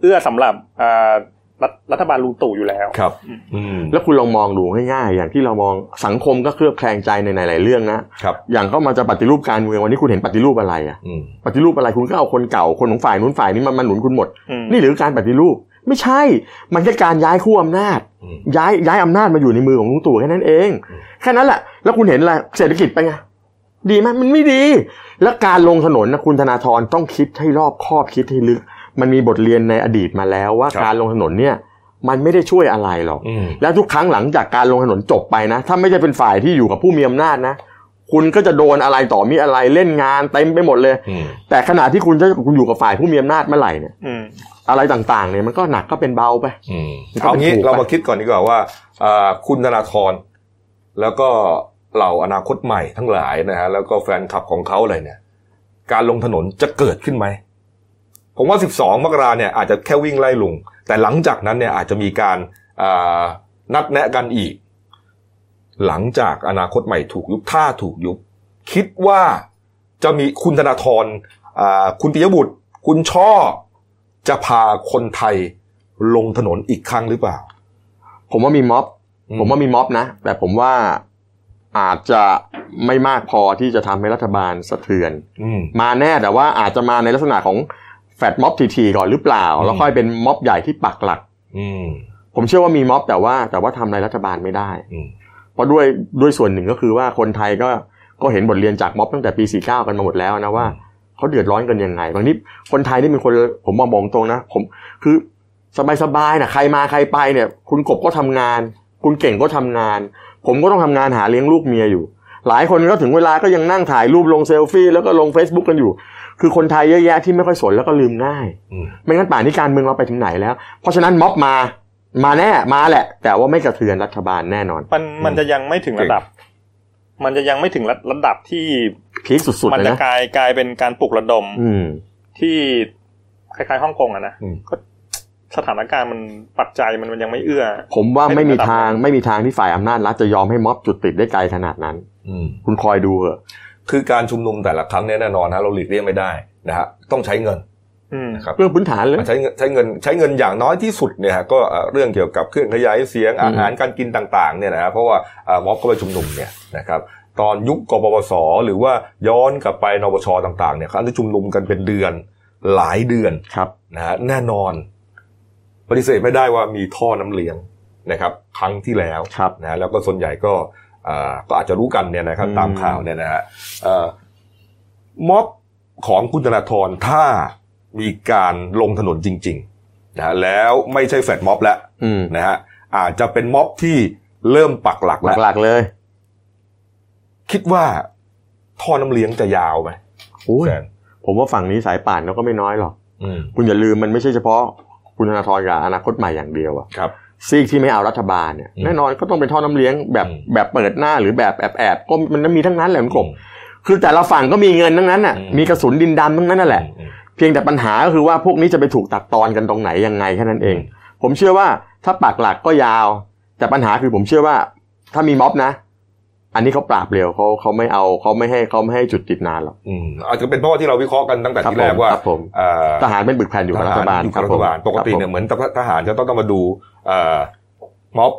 Speaker 3: เอื้อสำหรับอ่ารัฐรัฐบาลลุงตู่อยู่แล้ว
Speaker 1: ครับ อืม
Speaker 2: แล้วคุณลองมองดูง่ายๆอย่างที่เรามองสังคมก็เคลือบแคลงใจในหลายๆเรื่องนะครับ อย่างเข้ามาจะปฏิรูปการเมืองวันนี้คุณเห็นปฏิรูปอะไรอะ
Speaker 1: อืม
Speaker 2: ปฏิรูปอะไรคุณก็เอาคนเก่าคนของฝ่ายนู้นฝ่ายนี้มามาหนุนคุณหมด
Speaker 3: อืม
Speaker 2: นี่หรือการปฏิรูป ไม่ใช่ มันแค่การย้ายขั้วอำนาจ
Speaker 1: อืม
Speaker 2: ย้ายย้ายอำนาจมาอยู่ในมือของลุงตู่แค่นั้นเอง
Speaker 1: อืม
Speaker 2: แค่นั้นแหละ แล้วคุณเห็นอะไรเศรษฐกิจเป็นไงดีไหมมันไม่ดี แล้วการลงถนนนะคุณธนาธรต้องคิดให้รอบคอบคิดให้ลึก มันมีบทเรียนในอดีตมาแล้วว่าการลงถนนเนี่ย มันไม่ได้ช่วยอะไรหรอก
Speaker 1: อืม
Speaker 2: แล้วทุกครั้งหลังจากการลงถนนจบไปนะ ถ้าไม่ใช่เป็นฝ่ายที่อยู่กับผู้มีอำนาจนะ คุณก็จะโดนอะไรต่อมีอะไรเล่นงานเต็มไปหมดเลย
Speaker 1: อืม
Speaker 2: แต่ขณะที่คุณจะคุณอยู่กับฝ่ายผู้มีอำนาจเมื่อไหร่เนี่ย
Speaker 3: อืม
Speaker 2: อะไรต่างๆเนี่ยมันก็หนักก็เป็นเบาไป
Speaker 1: อืม
Speaker 2: มันก็
Speaker 1: เอา
Speaker 2: เป็น
Speaker 1: งี้
Speaker 2: ถูก
Speaker 1: เรา
Speaker 2: ไป
Speaker 1: มาคิดก่อนดีกว่าว่าอ่าคุณธนาธรแล้วก็เหล่าอนาคตใหม่ทั้งหลายนะฮะแล้วก็แฟนคลับของเขาอะไรเนี่ย การลงถนนจะเกิดขึ้นไหม ผมว่า 12 มกราเนี่ยอาจจะแค่วิ่งไล่ลุง แต่หลังจากนั้นเนี่ยอาจจะมีการอ่านัดแนะกันอีก หลังจากอนาคตใหม่ถูกยุบถ้าถูกยุบ คิดว่าจะมีคุณธนาธรอ่าคุณปิยบุตร คุณช่อ จะพาคนไทยลงถนนอีกครั้งหรือเปล่า
Speaker 2: ผมว่ามีม็อบ
Speaker 1: อืม
Speaker 2: ผมว่ามีม็อบนะ แต่ผมว่าอาจจะไม่มากพอที่จะทำให้รัฐบาลสะเทือน
Speaker 1: อืม
Speaker 2: มาแน่แต่ว่าอาจจะมาในลักษณะของแฟดม็อบทีๆก่อนหรือเปล่า
Speaker 1: อืม
Speaker 2: แล้วค่อยเป็นม็อบใหญ่ที่ปักหลัก
Speaker 1: อืม
Speaker 2: ผมเชื่อว่ามีม็อบแต่ว่าแต่ว่าทำอะไรรัฐบาลไม่ได้
Speaker 1: อืม
Speaker 2: เพราะด้วยด้วยส่วนหนึ่งก็คือว่าคนไทยก็ก็เห็นบทเรียนจากม็อบตั้งแต่ปี 49 กันมาหมดแล้วนะว่า เขาเดือดร้อนกันยังไงบางทีคนไทยนี่เป็นคนผมมองมองตรงนะผมคือสบายๆนะใครมาใครไปเนี่ย คุณกบก็ทำงาน คุณเก่งก็ทำงาน ผมก็ต้องทำงานหาเลี้ยงลูกเมียอยู่ หลายคนก็ถึงเวลาก็ยังนั่งถ่ายรูปลงเซลฟี่แล้วก็ลง Facebook กันอยู่ คือคนไทยเยอะแยะที่ไม่ค่อยสนแล้วก็ลืมง่าย
Speaker 1: อืม
Speaker 2: ไม่งั้นป่านนี้การเมืองเราไปถึงไหนแล้ว เพราะฉะนั้นม็อบมามาแน่มาแหละ แต่ว่าไม่กระเทือนรัฐบาลแน่นอน
Speaker 3: มันมันจะยังไม่ถึงระดับ มันจะยังไม่ถึงระระดับที่
Speaker 2: พีคสุดๆ
Speaker 3: มั
Speaker 2: เลย
Speaker 3: จะ
Speaker 2: นะ
Speaker 3: กลายกลายเป็นการปลุกระดม
Speaker 2: อืม
Speaker 3: ที่คล้ายๆฮ่องกงอะนะ
Speaker 1: อืม
Speaker 3: ก็สถานการณ์มันปัจจัยมันมันยังไม่เอื้อ
Speaker 2: ผมว่า
Speaker 3: ให้
Speaker 2: ไม่มี
Speaker 3: ระดับ
Speaker 2: ทางไม่มีทางที่ฝ่ายอำนาจรัฐจะยอมให้ม็อบจุดติดได้ไกลขนาดนั้น
Speaker 1: อืม
Speaker 2: คุณคอยดูเถอะ
Speaker 1: คือการชุมนุมแต่ละครั้งเนี่ยแน่นอนฮะเราหลีกเลี่ยงไม่ได้นะฮะต้องใช้เงิน
Speaker 3: อืม
Speaker 1: นะครับ
Speaker 2: เรื่องพื้นฐานเลย
Speaker 1: ใช้เงินใช้เงินใช้เงินอย่างน้อยที่สุดเนี่ยฮะก็เอ่อเรื่องเกี่ยวกับเครื่องขยายเสียง
Speaker 2: อืม
Speaker 1: อาหารการกินต่างๆเนี่ยนะฮะเพราะว่าเอ่อม็อบก็ไปชุมนุมเนี่ยนะครับตอนยุคกปปสหรือว่าย้อนกลับไปนปชต่างๆเนี่ยครั้งที่ชุมนุมกันเป็นเดือนหลายเดือน
Speaker 2: ครับ
Speaker 1: นะฮะแน่นอนปฏิเสธไม่ได้ว่ามีท่อน้ำเลี้ยงนะครับ ครั้งที่แล้ว
Speaker 2: ครับ
Speaker 1: นะฮะแล้วก็ส่วนใหญ่ก็เอ่อก็อาจจะรู้กันเนี่ยนะครับ
Speaker 2: อืม
Speaker 1: ตามข่าวเนี่ยนะฮะเอ่อม็อบของคุณธนาธรถ้ามีการลงถนนจริงๆนะฮะแล้วไม่ใช่แฟลตม็อบแล้ว
Speaker 2: อืม
Speaker 1: นะฮะอาจจะเป็นม็อบที่เริ่มปักหลักแล้ว
Speaker 2: หลักๆเลย
Speaker 1: คิดว่าท่อน้ำเลี้ยงจะยาวไหม
Speaker 2: โอ้ย
Speaker 1: แฟน
Speaker 2: ผมว่าฝั่งนี้สายป่านเราก็ไม่น้อยหรอก
Speaker 1: อืม
Speaker 2: คุณอย่าลืมมันไม่ใช่เฉพาะคุณธนาธรกับอนาคตใหม่อย่างเดียวอะ
Speaker 1: ครับ
Speaker 2: ซีกที่ไม่เอารัฐบาลเนี่ย
Speaker 1: อืม
Speaker 2: แน่นอนก็ต้องเป็นท่อน้ำเลี้ยงแบบ
Speaker 1: อืม
Speaker 2: แบบเปิดหน้าหรือแบบแอบๆก็มันมีทั้งนั้นแหละคุณกบ
Speaker 1: อื
Speaker 2: คือแต่ละฝั่งก็มีเงินทั้งนั้นน่ะ
Speaker 1: อืม
Speaker 2: มีกระสุนดินดำทั้งนั้นนั่นแหละ
Speaker 1: มอืม
Speaker 2: เพียงแต่ปัญหาก็คือว่าพวกนี้จะไปถูกตัดตอนกันตรงไหนยังไงแค่นั้นเอง
Speaker 1: อืม
Speaker 2: ผมเชื่อว่าถ้าปากหลักก็ยาว แต่ปัญหาคือผมเชื่อว่า ถ้ามีม็อบนะ อันนี้เขาปราบเร็วเขาเขาไม่เอาเขาไม่ให้เขาไม่ให้จุดติดนานหรอก
Speaker 1: อืมอาจจะเป็นเพราะว่าที่เราวิเคราะห์กันตั้งแต่
Speaker 2: ครั
Speaker 1: ที่
Speaker 2: ผ
Speaker 1: แร
Speaker 2: ม
Speaker 1: กว่า
Speaker 2: ครับผม
Speaker 1: เอ่อ
Speaker 2: ทหารเป็นบึกแผ่นอยู่กับรัฐบาล
Speaker 1: อยู่
Speaker 2: ค
Speaker 1: กับ
Speaker 2: รั
Speaker 1: รับ
Speaker 2: ผ
Speaker 1: ฐ
Speaker 2: ม
Speaker 1: บาลปกติเนี่ย
Speaker 2: ครับผม
Speaker 1: เหมือนทหารจะต้องต้องมาดูเอ่อม็อบ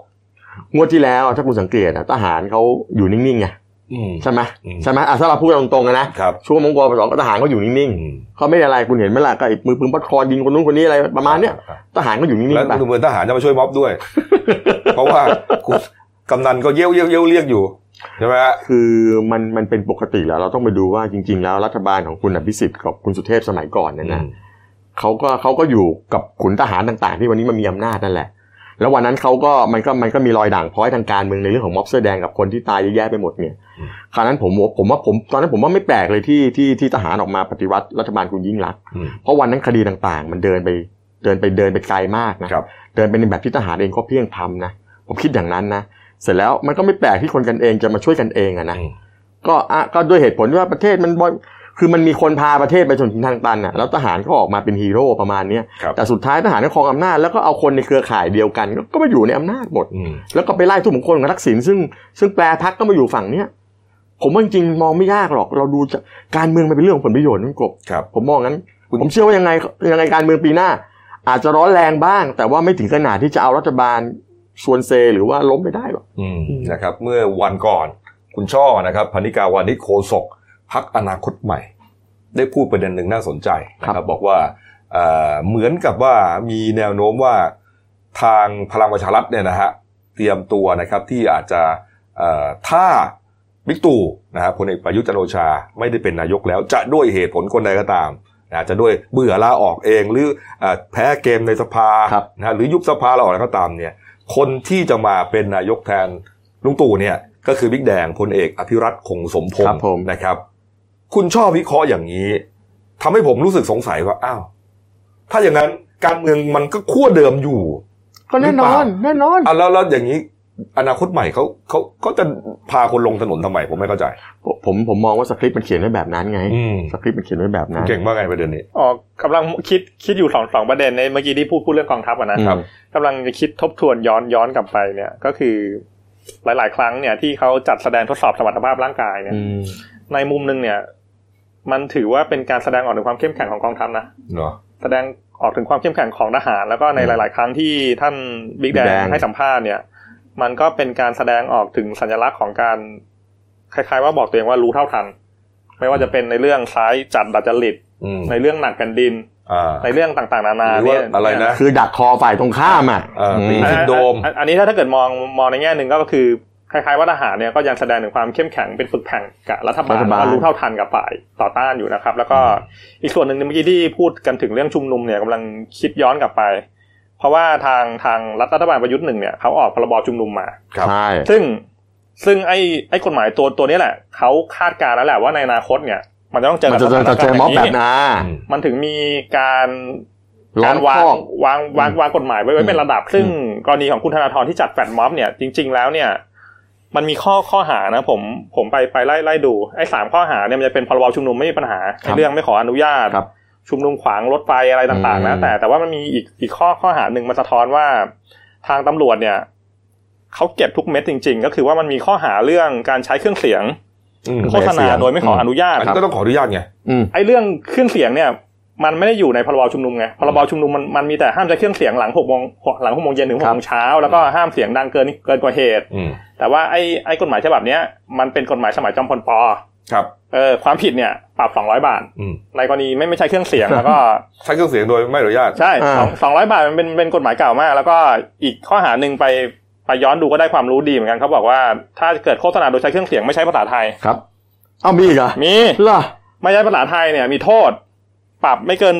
Speaker 2: งวดที่แล้วถ้าคุณสังเกตอะทหารเขาอยู่นิ่งๆไงใช่ไหม
Speaker 1: อืม
Speaker 2: ใช่ไหมอ่ะถ้าเราพูดกันตรงๆอะนะครับ ช่วงมงกรปสองก็ทหารก็อยู่นิ่ง
Speaker 1: อืม
Speaker 2: ๆเขาไม่ได้อะไรคุณเห็นไหมล่ะก็ไอ้มือปืนปัดคอยิงคนนู้นคนนี้อะไรประมาณเนี้ยทหารก็อยู่นิ่ง
Speaker 1: แล้ว
Speaker 2: ๆไป
Speaker 1: ดูเหมือนทหารจะมาช่วยม็อบด้วย เพราะว่าคุณกำนันก็เยี่ยวเยี่ยวเยี่ยวเรียกอยู่ใช่ไหมฮะ
Speaker 2: คือมันมันเป็นปกติแล้วเราต้องไปดูว่าจริง ๆ แล้วรัฐบาลของคุณอภิสิทธิ์กับคุณสุเทพสมัยก่อนเนี่ยนะเขาก็เขาก็อยู่กับขุนทหารต่างๆ ที่วันนี้มันมีอำนาจนั่นแหละ แล้ววันนั้นเขาก็มันก็มันก็มีรอยด่างพร้อยทางการเมืองในเรื่องของม็อบเสื้อแดงกับคนที่ตายเยอะแยะไปหมดเนี่ยคราวนั้นผมผมผมว่าผมตอนนั้นผมว่าไม่แปลกเลยที่ที่ที่ทหารออกมาปฏิวัติรัฐบาลคุณยิ่งรักษณ์
Speaker 1: อืม
Speaker 2: เพราะวันนั้นคดีต่างๆ มันเดินไปเดินไปเดินไปไกลมากนะครับ เดินไปในแบบที่ทหารเองก็เพลียงพรำนะผมคิดอย่างนั้นนะเสร็จแล้วมันก็ไม่แปลกที่คนกันเองจะมาช่วยกันเองอะนะ
Speaker 1: อืม
Speaker 2: ก็อ่ะก็ด้วยเหตุผลที่ว่าประเทศมันบ่อยคือมันมีคนพาประเทศไปจนถึงทางตันอ่ะแล้วทหารก็ออกมาเป็นฮีโร่ประมาณเนี้ย
Speaker 1: ครับ
Speaker 2: แต่สุดท้ายทหารก็ครองอำนาจแล้วก็เอาคนในเครือข่ายเดียวกัน ก็ก็มาอยู่ในอำนาจหมด
Speaker 1: อืม
Speaker 2: แล้วก็ไปไล่ทุกมงคลกับทักษิณซึ่งซึ่งแปลพักก็มาอยู่ฝั่งเนี้ยผมว่าจริงๆมองไม่ยากหรอก เราดูจะการเมืองมันเป็นเรื่องของผลประโยชน์นั่นกบ
Speaker 1: ครับ
Speaker 2: ผมมองงั้น
Speaker 1: คุณ
Speaker 2: ผมเชื่อว่ายังไงยังไงการเมืองปีหน้า อาจจะร้อนแรงบ้าง แต่ว่าไม่ถึงขนาดที่จะเอารัฐบาลชวนเซหรือว่าล้มไม่ได้หรอก
Speaker 1: อืมนะครับ เมื่อวันก่อนคุณช่อนะครับพนิกาวานิชโคศกพักอนาคตใหม่ ได้พูดประเด็นหนึ่งน่าสนใจนะค
Speaker 2: ครั
Speaker 1: รับบ บอกว่าเอ่อเหมือนกับว่ามีแนวโน้มว่าทางพลังประชารัฐเนี่ยนะฮะเตรียมตัวนะครับที่อาจจะเอ่อถ้าบิ๊กตู่นะฮะพลเอกประยุทธ์จันทร์โอชาไม่ได้เป็นนายกแล้ว จะด้วยเหตุผลคนใดก็ตามนะจะด้วยเบื่อลาออกเองหรือเออแพ้เกมในสภา
Speaker 2: ครับ
Speaker 1: นะฮะหรือยุบสภาเราออกอะไรก็ตามเนี่ย คนที่จะมาเป็นนายกแทนลุงตู่เนี่ยก็คือบิ๊กแดงพลเอกอภิรัตคงสมพง
Speaker 2: ครั
Speaker 1: ศ์
Speaker 2: บผม
Speaker 1: นะครับ คุณชอบวิเคราะห์อย่างนี้ทำให้ผมรู้สึกสงสัยว่าอ้าวถ้าอย่างนั้นการเมืองมันก็ขั้วเดิมอยู่
Speaker 2: ก็แน่นอน แน่นอน
Speaker 1: อ่ะแล้วแล้วอย่างนี้อนาคตใหม่เขาเขาเขาจะพาคนลงถนนทำไมผมไม่เข้าใจ
Speaker 2: ผมผมผมมองว่าสคริปต์มันเขียนไว้แบบนั้นไง
Speaker 1: อืม
Speaker 2: สคริปต์มันเขียนไว้แบบนั้น
Speaker 1: เก่งมากไงประเด็นนี้
Speaker 3: อ๋อกำลังคิดคิดอยู่สองสองประเด็นในเมื่อกี้ที่พูดพูดเรื่องกองทัพอะนะ
Speaker 2: อืม
Speaker 3: กำลังจะคิดทบทวนย้อนย้อนกลับไปเนี่ย ก็คือหลาย ๆ ครั้งเนี่ยที่เขาจัดแสดงทดสอบสมรรถภาพร่างกายเนี่ย
Speaker 2: อืม
Speaker 3: ในมุมหนึงเนี่ย มันถือว่าเป็นการแสดงออกถึงความเข้มแข็งของกองทัพนะ
Speaker 1: เนาะ
Speaker 3: แสดงออกถึงความเข้มแข็งของทหาร แล้วก็ใน
Speaker 1: อืม
Speaker 3: หลาย ๆ ครั้งที่ท่านบิ๊กแด
Speaker 2: แด
Speaker 3: ง
Speaker 2: ง
Speaker 3: ให้สัมภาษณ์เนี่ย มันก็เป็นการแสดงออกถึงสัญลักษณ์ของการคล้าย ๆ ว่าบอกตัวเองว่ารู้เท่าทัน ไม่ว่าจะเป็นในเรื่องซ้ายจัดดัดจริต
Speaker 1: อืม
Speaker 3: ในเรื่องหนักแผ่นดิน
Speaker 1: อ่า
Speaker 3: ในเรื่องต่างๆ นานา
Speaker 1: หรือ
Speaker 3: เนี่
Speaker 1: ว่าย อะไรนะ
Speaker 2: คือดักคอฝ่ายตรงข้ามอ่ะ
Speaker 1: เออตี
Speaker 2: ม
Speaker 1: ซินโดรม
Speaker 3: อันอันอันนี้ถ้าถ้าเกิดมองมองในแง่หนึ่งก็คือ คล้ายๆว่าทหารเนี่ยก็ยังแสดงถึงความเข้มแข็งเป็นฝึกแข่งกับรัฐบาล
Speaker 2: รัฐบาล
Speaker 3: ว่ารู้เท่าทันกับฝ่ายต่อต้านอยู่นะครับ แล้วก็อีกส่วนหนึ่งในเมื่อกี้ที่พูดกันถึงเรื่องชุมนุมเนี่ยกำลังคิดย้อนกลับไป เพราะว่าทางทางรัฐรัฐบาลประยุทธ์หนึ่งเนี่ยเขาออกพรบชุมนุมมา
Speaker 1: ครับ
Speaker 2: ใช่
Speaker 3: ซึ่งซึ่งไอ้ไอ้กฎหมายตัวตัวนี้แหละเขาคาดการณ์แล้วแหละว่าในอนาคตเนี่ย มันจะต้องเจอ
Speaker 2: มัน
Speaker 3: กับ
Speaker 2: จะ
Speaker 3: สถาน
Speaker 2: จะเจ
Speaker 3: กา
Speaker 2: อ
Speaker 3: รณ์
Speaker 2: ม็อบแบบ
Speaker 3: นี้
Speaker 2: นา
Speaker 3: มันถึงมีการ
Speaker 2: ล้
Speaker 3: กา
Speaker 2: อ
Speaker 3: ร
Speaker 2: ม
Speaker 3: วาง
Speaker 2: คอก
Speaker 3: วางวางวางกฎหมายไว้ไว้เป็นระดับ ซึ่งกรณีของคุณธนาธรที่จัดแฟลตม็อบเนี่ยจริง ๆ แล้วเนี่ย มันมีข้อข้อหานะ ผมผมไปไปไล่ไล่ดูไอ้สามข้อหาเนี่ยมันจะเป็นพรบชุมนุมไม่มีปัญหา
Speaker 2: ครับ
Speaker 3: ไอ้เรื่องไม่ขออนุญาต
Speaker 2: ครับ
Speaker 3: ชุมนุมขวางรถไฟอะไรต่าง ๆ นะ
Speaker 2: อืม
Speaker 3: แต่แต่ว่ามันมีอีกอีกข้อข้อหาหนึ่งมาสะท้อนว่าทางตำรวจเนี่ยเขาเก็บทุกเม็ดจริง ๆ ก็คือว่ามันมีข้อหาเรื่องการใช้เครื่องเสียง
Speaker 1: อืม
Speaker 3: โฆษณาโดยไม่ขออนุญาต
Speaker 1: อันนี้ก็ต้องขออนุญาตไง
Speaker 2: อืม
Speaker 3: ไอ้เรื่องเครื่องเสียงเนี่ย มันไม่ได้อยู่ในพรบชุมนุมไงพรบชุมนุมมันมันมีแต่ห้ามใช้เครื่องเสียงหลังหกโมงหลังหกโมงเย็นถึงห
Speaker 2: ค
Speaker 3: ก
Speaker 2: รับ
Speaker 3: โมงเช้าแล้วก็ห้ามเสียงดังเกินเกินกว่าเหตุ
Speaker 1: อืม
Speaker 3: แต่ว่าไอ้ไอ้กฎหมายฉบับเนี้ยมันเป็นกฎหมายสมัยจอมพลปอ
Speaker 1: ครับ
Speaker 3: เออความผิดเนี่ยปรับสองร้อยบาท
Speaker 1: อืม
Speaker 3: ในกรณีไม่ไม่ใช่เครื่องเสียงแล้วก็
Speaker 1: ใช้เครื่องเสียงโดยไม่อนุญาต
Speaker 3: ใช่
Speaker 2: อ่า
Speaker 3: สองสองร้อยบาทมันเป็นเป็นกฎหมายเก่ามาก แล้วก็อีกข้อหาหนึ่งไปไปย้อนดูก็ได้ความรู้ดีเหมือนกันเขาบอกว่าถ้าเกิดโฆษณาโดยใช้เครื่องเสียงไม่ใช้ภาษาไทย
Speaker 2: ครับเอามีอีกเหรอ
Speaker 3: มี
Speaker 2: ล่ะ
Speaker 3: ไม่ใช้ภาษาไทยเนี่ยมีโทษ ปรับไม่เกิน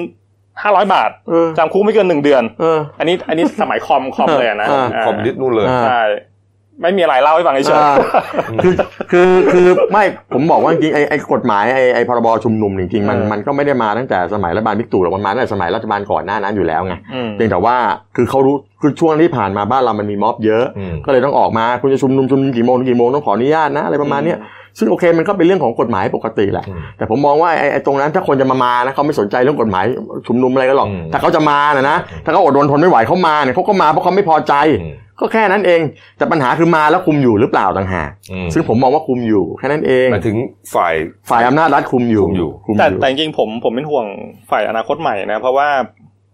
Speaker 3: ห้าร้อยบาท
Speaker 2: เออ
Speaker 3: จำคุกไม่เกินหนึ่งเดือน
Speaker 2: เออ
Speaker 3: อันนี้อันนี้ สมัยคอมคอมเลยอะนะ
Speaker 2: อ่า
Speaker 3: า
Speaker 1: คอมนิดนู่นเลย
Speaker 2: อ่า
Speaker 3: ใช่ไม่มีอะไรเล่าให้ฟังเฉย
Speaker 2: อ่า คือคือคือไม่ผมบอกว่าจริงๆไอ้ไอ้กฎหมายไอ้ไอ้พรบชุมนุมจริงๆมันมันก็ไม่ได้มาตั้งแต่สมัยรัฐบาลบิ๊กตู่หรอกมันมาตั้งแต่สมัยรัฐบาลก่อนหน้านั้นอยู่แล้วไง
Speaker 3: ๆอืม
Speaker 2: เพียงแต่ว่าคือเขารู้คือช่วงที่ผ่านมาบ้านเรามันมีม็อบเยอะ
Speaker 1: อืม
Speaker 2: ก็เลยต้องออกมาคุณจะชุมนุมชุมนุมกี่โมงถึงกี่โมงต้องขออนุญาตนะอะไรประมาณเนี้ยซึ่งโอเคมันก็เป็นเรื่องของกฎหมายปกติแหละ
Speaker 1: อืม
Speaker 2: แต่ผมมองว่าไอ้ไอ้ตรงนั้นถ้าคนจะมามานะเขาไม่สนใจเรื่องกฎหมายชุมนุมอะไรกันหรอก
Speaker 1: อืม
Speaker 2: แต่เขาจะมานะนะถ้าเขาอดรนทนไม่ไหวเขามาเนี่ยเขาก็มาเพราะเขาไม่พอใจ
Speaker 1: อืม
Speaker 2: ก็แค่นั้นเองแต่ปัญหาคือมาแล้วคุมอยู่หรือเปล่าต่างหาก
Speaker 1: อืม
Speaker 2: ซึ่งผมมองว่าคุมอยู่แค่นั้นเอง
Speaker 1: หมายถึงฝ่าย
Speaker 2: ฝ่ายอำนาจรัฐคุมอยู่
Speaker 1: คุมอยู่
Speaker 2: คุม
Speaker 3: แต่
Speaker 2: อยู่
Speaker 3: แต่จริงๆผมผมเป็นห่วงฝ่ายอนาคตใหม่นะ เพราะว่า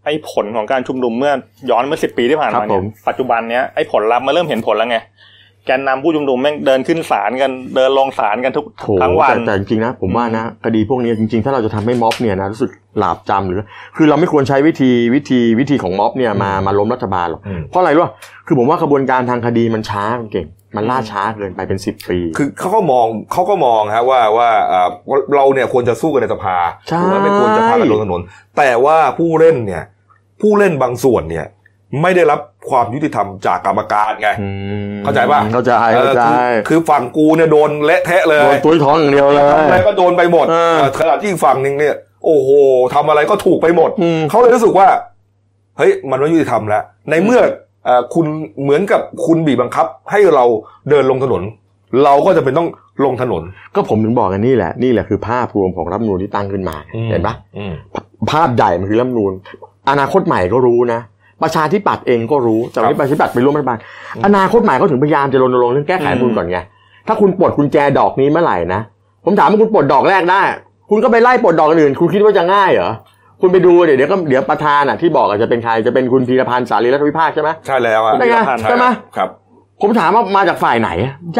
Speaker 3: ไอ้ผลของการชุมนุมเมื่อย้อนเมื่อสิบปีที่ผ่านมาเนี่ยปัจจุบันเนี้ยไอ้ผลลัพธ์มาเริ่มเห็นผลแล้วไง แกนนำผู้ชุมนุมแม่งเดินขึ้นศาลกันเดินลงศาลกันทุก
Speaker 2: โถ
Speaker 3: ทั้งวัน
Speaker 2: แต่แต่จริงๆนะ ผมว่านะคดีพวกนี้จริงๆ ถ้าเราจะทำให้ม็อบเนี่ยนะรู้สึกหลาบจำหรือ คือเราไม่ควรใช้วิธีวิธีวิธีของม็อบเนี่ยมามาล้มรัฐบาลหรอก
Speaker 1: อืม
Speaker 2: เพราะอะไรรู้ป่ะคือผมว่ากระบวนการทางคดีมันช้าคุณเก่ง มันล่าช้าเกินไปเป็นสิบปี
Speaker 1: คือเขาก็มองเขาก็มองฮะว่าว่าเอ่อเราเนี่ยควรจะสู้กันในสภา
Speaker 2: ใช่
Speaker 1: ถูกไหมไม่ควรจะพากันลงถนน แต่ว่าผู้เล่นเนี่ย ผู้เล่นบางส่วนเนี่ย ไม่ได้รับความยุติธรรมจากกรรมการไง
Speaker 2: ม
Speaker 1: เข้าใจป่ะ
Speaker 2: เข้าใจเข้าใจ
Speaker 1: เออคือคือฝั่งกูเนี่ยโดนเละเทะเล
Speaker 2: โด
Speaker 1: ย
Speaker 2: นตุ้ยท้องอย่างเดียวเลย
Speaker 1: ทำอะไรก็โดนไปหมด
Speaker 2: เออ
Speaker 1: เออขนาดที่อีกฝั่งหนึ่งเนี่ย โอ้โหทำอะไรก็ถูกไปหมด
Speaker 2: อืม
Speaker 1: เขาเลยรู้สึกว่าเฮ้ยมันไม่ยุติธรรมแล้วในเมื่อเอ่อคุณเหมือนกับคุณบีบบังคับ ให้เราเดินลงถนน เราก็จะเป็นต้องลงถนน
Speaker 2: ก็ผมถึงบอกกันนี่แหละนี่แหละคือภาพรวมของรัฐธรรมนูลที่ตั้งขึ้นมาเห็นปะ
Speaker 1: อืม
Speaker 2: ภาพใหญ่มันคือรัฐธรรมนูลอนาคตใหม่ก็รู้นะ ประชาธิปัตย์เองก็รู้แต่วันนี้
Speaker 1: ครับ
Speaker 2: ประชาธิปัตย์ไปร่วมรัฐบาลอนาคตใหม่เขาถึงพยายามจะรณรงค์เรื่องแก้ไขรัฐธรรมนูลก่อนไงถ้าคุณปลดกุญแจดอกนี้เมื่อไหร่นะผมถามว่าคุณปลดดอกแรกได้ คุณก็ไปไล่ปลดดอกอื่น คุณคิดว่าจะง่ายเหรอคุณไปดูเดี๋ยวเดี๋ยวก็เดี๋ยวประธานอ่ะที่บอกอาจจะเป็นใครจะเป็นคุณพีรพันธ์สารีรัฐวิภาคใช่ไหม
Speaker 1: ใช่แล้วอ่ะ
Speaker 2: ได้ไง
Speaker 1: ครับ
Speaker 2: ใช่ไหม
Speaker 1: ครับ
Speaker 2: ผมถามว่ามาจากฝ่ายไหน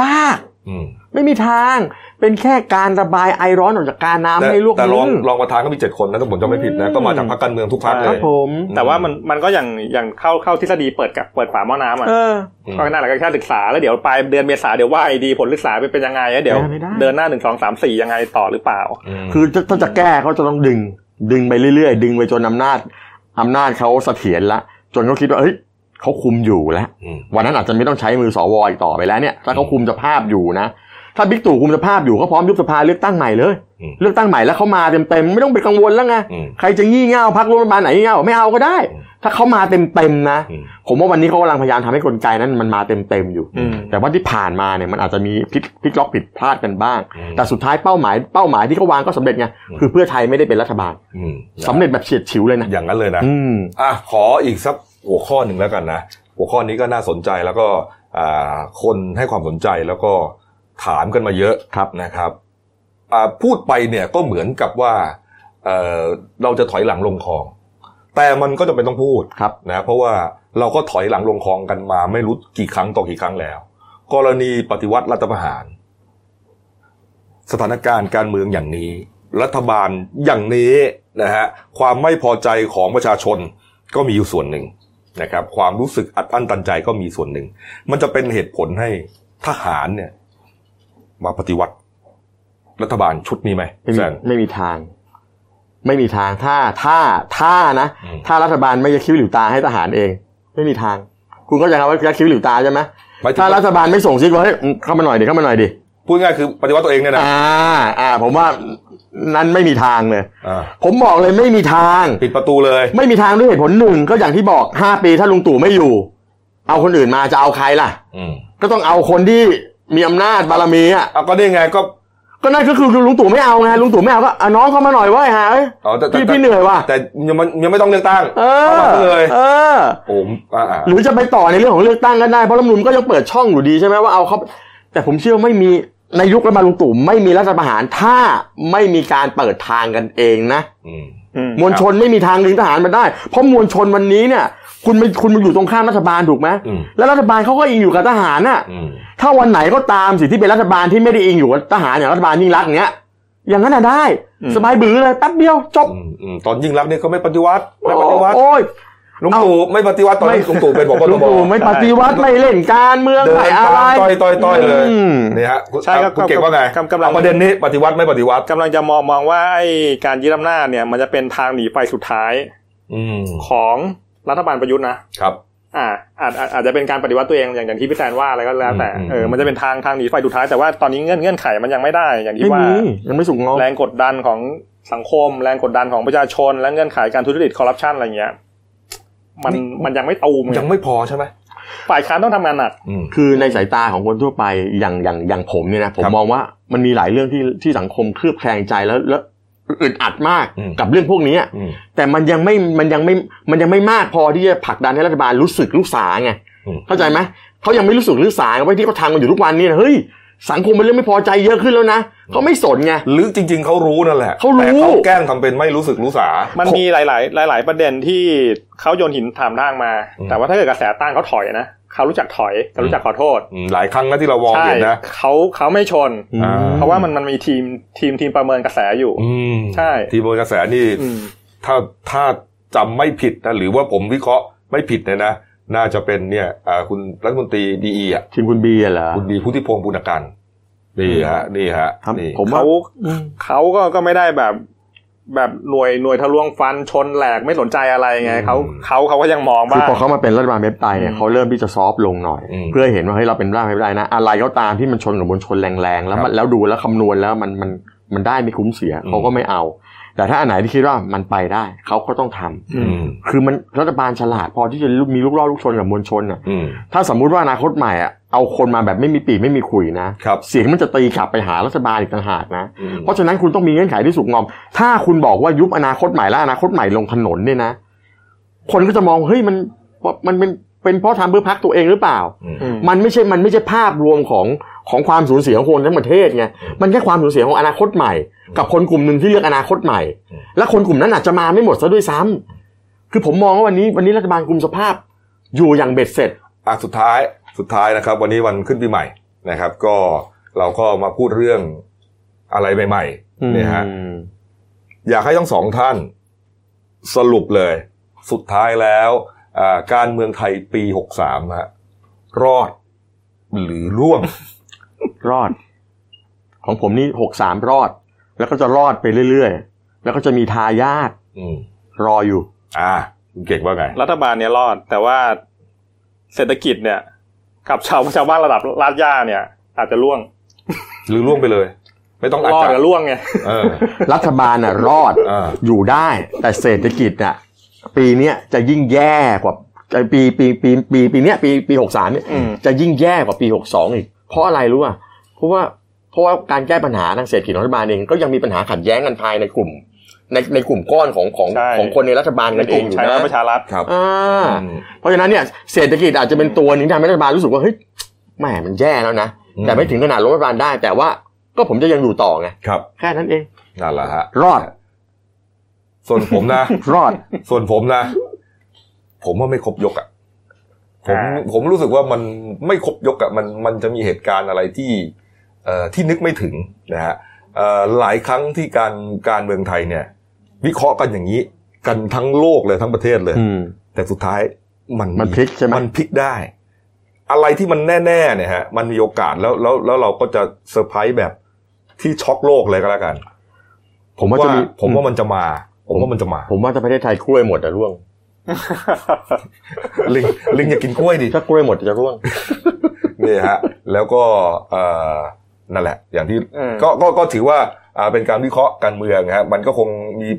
Speaker 2: ยาก
Speaker 1: อืม
Speaker 2: ไม่มีทางเป็นแค่การระบายไอร้อนออกจากกาน้ำ
Speaker 1: แต่
Speaker 2: ให้ลวก
Speaker 1: แต่รอง
Speaker 2: มือ
Speaker 1: รองประธานก็มีเจ็ดคนนะถ้าผมจำไม่ผิดนะ
Speaker 2: อืม
Speaker 1: ก็มาจากพรรคการเมืองทุกพรรคเล
Speaker 2: ครับ
Speaker 1: ย
Speaker 2: ผม
Speaker 3: แต่ว่ามันมันก็อย่างอย่างเข้าเข้าทฤษฎีเปิดกับเปิดฝาหม้อน้ำอ่ะ
Speaker 2: เออ
Speaker 1: อืม
Speaker 3: ก็นั่นแหละก็แค่ศึกษาแล้วเดี๋ยวปลายเดือนเมษาเดี๋ยวว่าไอดีผลศึกษาเป็นเป็นยังไงแล้วเดี๋ยว
Speaker 2: ไม่ได้
Speaker 3: เดินหน้าหนึ่งสองสามสี่ยังไงต่อหรือเปล่า
Speaker 1: ม
Speaker 2: คือถ้าถ้าจะแก้เขาจะต้องดึง ดึงไปเรื่อยๆ ดึงไปจนอำนาจอำนาจเขาเสถียรละจนเขาคิดว่าเฮ้ยเขาคุมอยู่แล้ว
Speaker 1: ม
Speaker 2: วันนั้นอาจจะไม่ต้องใช้มือสวอีกต่อไปแล้วเนี่ยถ้าเขาคุมสภาพอยู่นะ ถ้าบิ๊กตู่คุมสภาพอยู่ก็พร้อมยุบสภาเลือกตั้งใหม่เลย
Speaker 1: อืม
Speaker 2: เลือกตั้งใหม่แล้วเขามาเต็มๆไม่ต้องไปกังวลแล้วไง
Speaker 1: อืม
Speaker 2: ใครจะงี่เง่าพักรัฐบาลไหนงี่เง่าไม่เอาก็ได้
Speaker 1: อืม
Speaker 2: ถ้าเขามาเต็มๆนะ
Speaker 1: อืม
Speaker 2: ผมว่าวันนี้เขากำลังพยายามทำให้กลไกนั้นมันมาเต็มๆอยู่
Speaker 3: อืม
Speaker 2: แต่ว่าที่ผ่านมาเนี่ยมันอาจจะมีพลิกพลิกล็อกผิดพลาดกันบ้าง
Speaker 1: อืม
Speaker 2: แต่สุดท้ายเป้าหมายเป้าหมายที่เขาวางก็สำเร็จไง
Speaker 1: อืม
Speaker 2: คือเพื่อไทยไม่ได้เป็นรัฐบาล
Speaker 1: อืม
Speaker 2: สำเร็จแบบเฉียดฉิวเลยนะ
Speaker 1: อย่างนั้นเลยนะ
Speaker 2: อืม
Speaker 1: อ่ะขออีกสักหัวข้อหนึ่งแล้วกันนะหัวข้อนี้ก็น่าสนใจแล้วก็อ่าคนให้ความสนใจแล้วก็ถามกันมาเยอะ
Speaker 2: ครับ
Speaker 1: นะครับอ่าพูดไปเนี่ยก็เหมือนกับว่าเอ่อเราจะถอยหลังลงคลอง แต่มันก็จะเป็นต้องพูด
Speaker 2: ครับ
Speaker 1: นะเพราะว่าเราก็ถอยหลังลงคลองกันมาไม่รู้กี่ครั้งต่อกี่ครั้งแล้ว กรณีปฏิวัติรัฐประหาร สถานการณ์การเมืองอย่างนี้ รัฐบาลอย่างนี้นะฮะความไม่พอใจของประชาชนก็มีอยู่ส่วนหนึ่งนะครับ ความรู้สึกอัดอั้นตันใจก็มีส่วนหนึ่ง มันจะเป็นเหตุผลให้ ทหารเนี่ย มาปฏิวัติ รัฐบาลชุดนี้ไหม
Speaker 2: ไม่มี
Speaker 1: แซน
Speaker 2: ไม่มีทาง ไม่มีทางถ้าถ้าถ้านะ
Speaker 1: อืม
Speaker 2: ถ้ารัฐบาลไม่ยักคิ้วหลิวตาให้ทหารเอง ไม่มีทาง คุณก็จะครับว่ายักคิ้วหลิวตาใช่ไหม
Speaker 1: หมายถึง
Speaker 2: ถ้ารัฐบาลไม่ส่งซิกว่าเฮ้ยอืมเข้ามาหน่อยดิเข้ามาหน่อยดิ
Speaker 1: พูดง่ายคือปฏิวัติตัวเองเนี่ยนะ
Speaker 2: อ่า อ่า ผมว่านั้นไม่มีทางเลย
Speaker 1: อ่า
Speaker 2: ผมบอกเลยไม่มีทาง
Speaker 1: ปิดประตูเลย
Speaker 2: ไม่มีทางด้วยเหตุผลหนึ่งก็อย่างที่บอกห้าปีถ้าลุงตู่ไม่อยู่ เอาคนอื่นมาจะเอาใครล่ะ
Speaker 1: อืม
Speaker 2: ก็ต้องเอาคนที่มีอำนาจบารมีอ่ะ
Speaker 1: เอาก็ได้ไงก็
Speaker 2: ก็นั่นก็คือลุงตู่ไม่เอาไงลุงตู่ไม่เอาก็อ่ะน้องเข้ามาหน่อยเว่าฮะเอ้ย
Speaker 1: อ๋อแต่แต่
Speaker 2: พี่พี่เหนื่อยว่ะ
Speaker 1: แต่ยังมันยังไม่ต้องเลือกตั้ง
Speaker 2: เอ
Speaker 1: เข้า
Speaker 2: อ
Speaker 1: มาเลย
Speaker 2: เออ
Speaker 1: โอ้มอ่าอ่า
Speaker 2: หรือจะไปต่อในเรื่องของเลือกตั้งก็ได้เพราะรัฐธรรมนุนก็ยังเปิดช่องอยู่ดีใช่ไหมว่าเอาเขาแต่ผมเชื่อว่าไม่มีในยุครัฐบาลลุงตู่ไม่มีรัฐประหารถ้าไม่มีการเปิดทางกันเองนะ
Speaker 1: อืม
Speaker 3: อืม
Speaker 2: มวลชนไม่มีทางดึงทหารมาได้ เพราะมวลชนวันนี้เนี่ย คุณมันคุณมันอยู่ตรงข้ามรัฐบาลถูกไหม
Speaker 1: อืม
Speaker 2: แล้วรัฐบาลเขาก็อิงอยู่กับทหารน่ะ
Speaker 1: อืม
Speaker 2: ถ้าวันไหนก็ตามสิที่เป็นรัฐบาลที่ไม่ได้อิงอยู่กับทหารอย่างรัฐบาลยิ่งรักษณ์เนี้ย อย่างนั้นน่ะได้ สบายบือเลยแป๊บเดียวจบ
Speaker 1: อืมอืมตอนยิ่งรักษณ์เนี่ยเขาไม่ปฏิวัติไม่ปฏิวัติ
Speaker 2: โอ้ย
Speaker 1: ลุงตู่ไม่ปฏิวัติตอน
Speaker 2: ไม่
Speaker 1: นี้ลุงตู่เป็นบอกว่า
Speaker 2: ลุงตู่ไม่ปฏิวัติไม่เล่นการเมือง
Speaker 1: เดิน
Speaker 2: ไม่
Speaker 1: ตา
Speaker 2: อะ
Speaker 1: ม
Speaker 2: ไร
Speaker 1: ต้อยต้อยต้อยเลย
Speaker 2: อืม
Speaker 1: นี่ฮะคุณ
Speaker 3: ใช่ครับ
Speaker 1: คุณเก่งว่าไง
Speaker 3: กำกำลัง
Speaker 1: เอาประเด็นนี้ปฏิวัติไม่ปฏิวัติ
Speaker 3: กำลังจะมองมองว่าไอ้การยึดอำนาจเนี่ย มันจะเป็นทางหนีไปสุดท้าย
Speaker 1: อืม
Speaker 3: ของรัฐบาลประยุทธ์นะ
Speaker 1: ครับ
Speaker 3: อ่าอาจอาจอาจจะเป็นการปฏิวัติตัวเองอย่างอย่างที่พี่แซนว่าอะไรก็แล้วแต่
Speaker 1: อืมอืม
Speaker 3: เออมันจะเป็นทางทางหนีไฟสุดท้ายแต่ว่าตอนนี้เงื่อนเงื่อนไขมันยังไม่ได้ อย่างที่
Speaker 2: ไม่
Speaker 3: ว่า
Speaker 2: มียังไม่สุกงอม
Speaker 3: แรงกดดันของสังคม แรงกดดันของประชาชน และเงื่อนไขการทุจริตคอร์รัปชันอะไรเงี้ยมันมันยังไม่ตูมไง
Speaker 1: ยังไม่พอใช่ไหม
Speaker 3: ฝ่ายค้านต้องทำงานหนัก
Speaker 1: อืม
Speaker 2: คือในสายตาของคนทั่วไปอย่างอย่างอย่างผมเนี่ยนะผม
Speaker 1: ครับ
Speaker 2: มองว่ามันมีหลายเรื่องที่ที่สังคมเคลือบแคลงใจแล้วแล้วอึดอัดมาก
Speaker 1: อืม
Speaker 2: กับเรื่องพวกนี้อะ
Speaker 1: อืม
Speaker 2: แต่มันยังไม่ มันยังไม่ มันยังไม่มากพอที่จะผลักดันให้รัฐบาลรู้สึกรู้สาไง
Speaker 1: อืม
Speaker 2: เข้าใจไหม เขายังไม่รู้สึกรู้สาไงว่าที่เขาทำกันอยู่ทุกวันนี้นะเฮ้ย สังคมมันเริ่มไม่พอใจเยอะขึ้นแล้วนะ เขาไม่สนไง
Speaker 1: หรือจริง ๆเขารู้นั่นแหละ
Speaker 2: เขารู้
Speaker 1: แต่เขาแกล้งทำเป็นไม่รู้สึกรู้สา
Speaker 3: มันมีหลาย ๆ หลาย ๆ ประเด็นที่เขาโยนหินถามทางมา
Speaker 1: อืม
Speaker 3: แต่ว่าถ้าเกิดกระแสต้านเขาถอยนะเขารู้จักถอยกับรู้จักขอโทษ
Speaker 1: อืมหลายครั้งนะที่เรามอง
Speaker 3: ใช่
Speaker 1: เห็นนะ
Speaker 3: เขาเขาไม่ชน
Speaker 1: อ่า
Speaker 3: เพราะว่ามันมันมีทีมทีมทีมประเมินกระแสอยู่
Speaker 1: อืม
Speaker 3: ใช่
Speaker 1: ทีมบนกระแสนี่
Speaker 3: อืม
Speaker 1: ถ้าถ้าจำไม่ผิดนะหรือว่าผมวิเคราะห์ไม่ผิดเนี่ยนะ น่าจะเป็นเนี่ยอ่าคุณรัฐมนตรีดีอ่ะ
Speaker 2: ทีมคุณบีอะเหรอ
Speaker 1: คุณดีพุทธิพงศ์บุญการนี่ฮะ นี่ฮะ
Speaker 2: ครับ
Speaker 1: นี่
Speaker 2: ผมว่า
Speaker 3: เขาเขาก็ก็ไม่ได้แบบแบบหน่วยหน่วยทะลวงฟันชนแหลกไม่สนใจอะไรไงเขาเขาเขาก็ยังมอง
Speaker 2: คือ
Speaker 3: บ้าง
Speaker 2: พอเขามาเป็นรัฐบาลเว็บไตเนี่ย
Speaker 3: อืม
Speaker 2: เขาเริ่มที่จะซอฟต์ลงหน่อย
Speaker 1: ม
Speaker 2: เพื่อเห็นว่าเฮ้ยเราเป็นร่างไม่ได้นะ อะไรก็ตามที่มันชนกับมวลชนแรงๆแล้วมัน
Speaker 1: ครับ
Speaker 2: แล้วดูแล้วคำนวณแล้วมันมันมันได้ไม่คุ้มเสีย
Speaker 1: อืม
Speaker 2: เขาก็ไม่เอา แต่ถ้าอันไหนที่คิดว่ามันไปได้เขาก็ต้องทำ
Speaker 1: อืม
Speaker 2: คือมันรัฐบาลฉลาดพอที่จะมีลูกล่อลูกชนกับมวลชนอ่ะ
Speaker 1: อืม
Speaker 2: ถ้าสมมุติว่าอนาคตใหม่อ่ะเอาคนมาแบบไม่มีปีกไม่มีขลุยนะครับ เสียงมันจะตีกลับไปหารัฐบาลอีกต่างหากนะ
Speaker 1: อืม
Speaker 2: เพราะฉะนั้นคุณต้องมีเงื่อนไขที่สุกงอม ถ้าคุณบอกว่ายุบอนาคตใหม่และอนาคตใหม่ลงถนนเนี่ยนะ คนก็จะมองเฮ้ยมันมันเป็นเป็นเพราะทำเพื่อพักตัวเองหรือเปล่า
Speaker 1: อืม
Speaker 3: อืม
Speaker 2: มันไม่ใช่มันไม่ใช่ภาพรวมของของความสูญเสียของคนทั้งประเทศไงมันแค่ความสูญเสียของอนาคตใหม่ กับคนกลุ่มหนึ่งที่เลือกอนาคตใหม่
Speaker 1: อืม
Speaker 2: และคนกลุ่มนั้นอาจจะมาไม่หมดซะด้วยซ้ำคือผมมองว่าวันนี้วันนี้รัฐบาลกลุ่มสภาพ อยู่อย่างเบ็ดเสร็จ
Speaker 1: อ่ะสุดท้ายสุดท้ายนะครับ วันนี้วันขึ้นปีใหม่นะครับ ก็เราก็มาพูดเรื่องอะไรใหม่ๆเนี่ยฮะ อยากให้ทั้งสองท่านสรุปเลย สุดท้ายแล้วอ่าการเมืองไทยปี 63ฮะรอด หรือร่วง
Speaker 2: รอด ของผมนี่หกสามรอด แล้วก็จะรอดไปเรื่อยๆ แล้วก็จะมีทายาท
Speaker 1: อืม
Speaker 2: รออยู่
Speaker 1: อ่าคุณเก่งว่าไง
Speaker 3: รัฐบาลเนี่ยรอด แต่ว่าเศรษฐกิจเนี่ย กับชาวชาวบ้านระดับลาดย่าเนี่ย อาจจะล่วง
Speaker 1: หรือร่วงไปเลย ไม่ต้องอาจ
Speaker 3: รอด
Speaker 1: จะ
Speaker 3: กับล่วงไง
Speaker 1: เออ
Speaker 2: รัฐบาลน่ะ รอด
Speaker 1: อ่า
Speaker 2: อยู่ได้ แต่เศรษฐกิจน่ะปีเนี้ยจะยิ่งแย่กว่าไอ้ปีปีปีปีปีเนี้ยปีปีหกสามเนี่ย
Speaker 3: อืม
Speaker 2: จะยิ่งแย่กว่าปีหกสองอีก เพราะอะไรรู้ป่ะเพราะว่าเพราะว่าการแก้ปัญหาทางเศรษฐกิจของรัฐบาลเองก็ยังมีปัญหาขัดแย้งกันภายในกลุ่ม ในในกลุ่มก้อนของของ
Speaker 3: ใช่
Speaker 2: ของคนในรัฐบาล
Speaker 3: ใน
Speaker 2: กัน
Speaker 3: ก
Speaker 2: เอ
Speaker 3: ลุ่
Speaker 2: ง
Speaker 3: ม
Speaker 2: อยู่
Speaker 3: ชาย
Speaker 2: นะ
Speaker 3: รัฐประชารัฐ
Speaker 1: ครับ
Speaker 2: อ่า
Speaker 1: อืม
Speaker 2: เพราะฉะนั้นเนี่ยเศรษฐกิจอาจจะเป็นตัวหนึงที่ทำให้รัฐบาลรู้สึกว่าเฮ้ยแหมมันแย่แล้วนะ
Speaker 1: อืม
Speaker 2: แต่ไม่ถึงขนาดล้มรัฐบาลได้ แต่ว่าก็ผมจะยังอยู่ต่อไง
Speaker 1: ครับ
Speaker 2: แค่นั้นเอง
Speaker 1: นั่นแหละฮะ
Speaker 2: รอด
Speaker 1: ส่วนผมนะ
Speaker 2: รอด
Speaker 1: ส่วนผมนะ ผมว่าไม่ครบยกอะ่ะผม
Speaker 3: อ่า
Speaker 1: ผมรู้สึกว่ามันไม่ครบยกอะ่ะมันมันจะมีเหตุการณ์อะไรที่เอ่อที่นึกไม่ถึงนะฮะเอ่อหลายครั้งที่การการเมืองไทยเนี่ย วิเคราะห์กันอย่างนี้ กันทั้งโลกเลยทั้งประเทศเลย แต่สุดท้ายมัน
Speaker 2: มันพลิกใช่ไหม
Speaker 1: มันพลิกได้ อะไรที่มันแน่ๆเนี่ยฮะมันมีโอกาสแล้วแล้วแล้วเราก็จะเซอร์ไพรส์แบบที่ช็อกโลกเลยก็แล้วกัน
Speaker 2: ผมว่าจะมี
Speaker 1: ผมว่ามันจะมา ผมว่ามันจะมา
Speaker 2: ผมว่าจะประเทศไทยกล้วยหมดจะร่วง
Speaker 1: ลิงลิงอย่ากินกล้วยดิ
Speaker 2: ถ้ากล้วยหมดจะร่วง
Speaker 1: นี่ฮะแล้วก็เอ่อนั่นแหละ อย่างที่
Speaker 3: อืม
Speaker 1: ก็ก็ก็ถือว่าอ่าเป็นการวิเคราะห์การเมืองฮะมันก็คงมี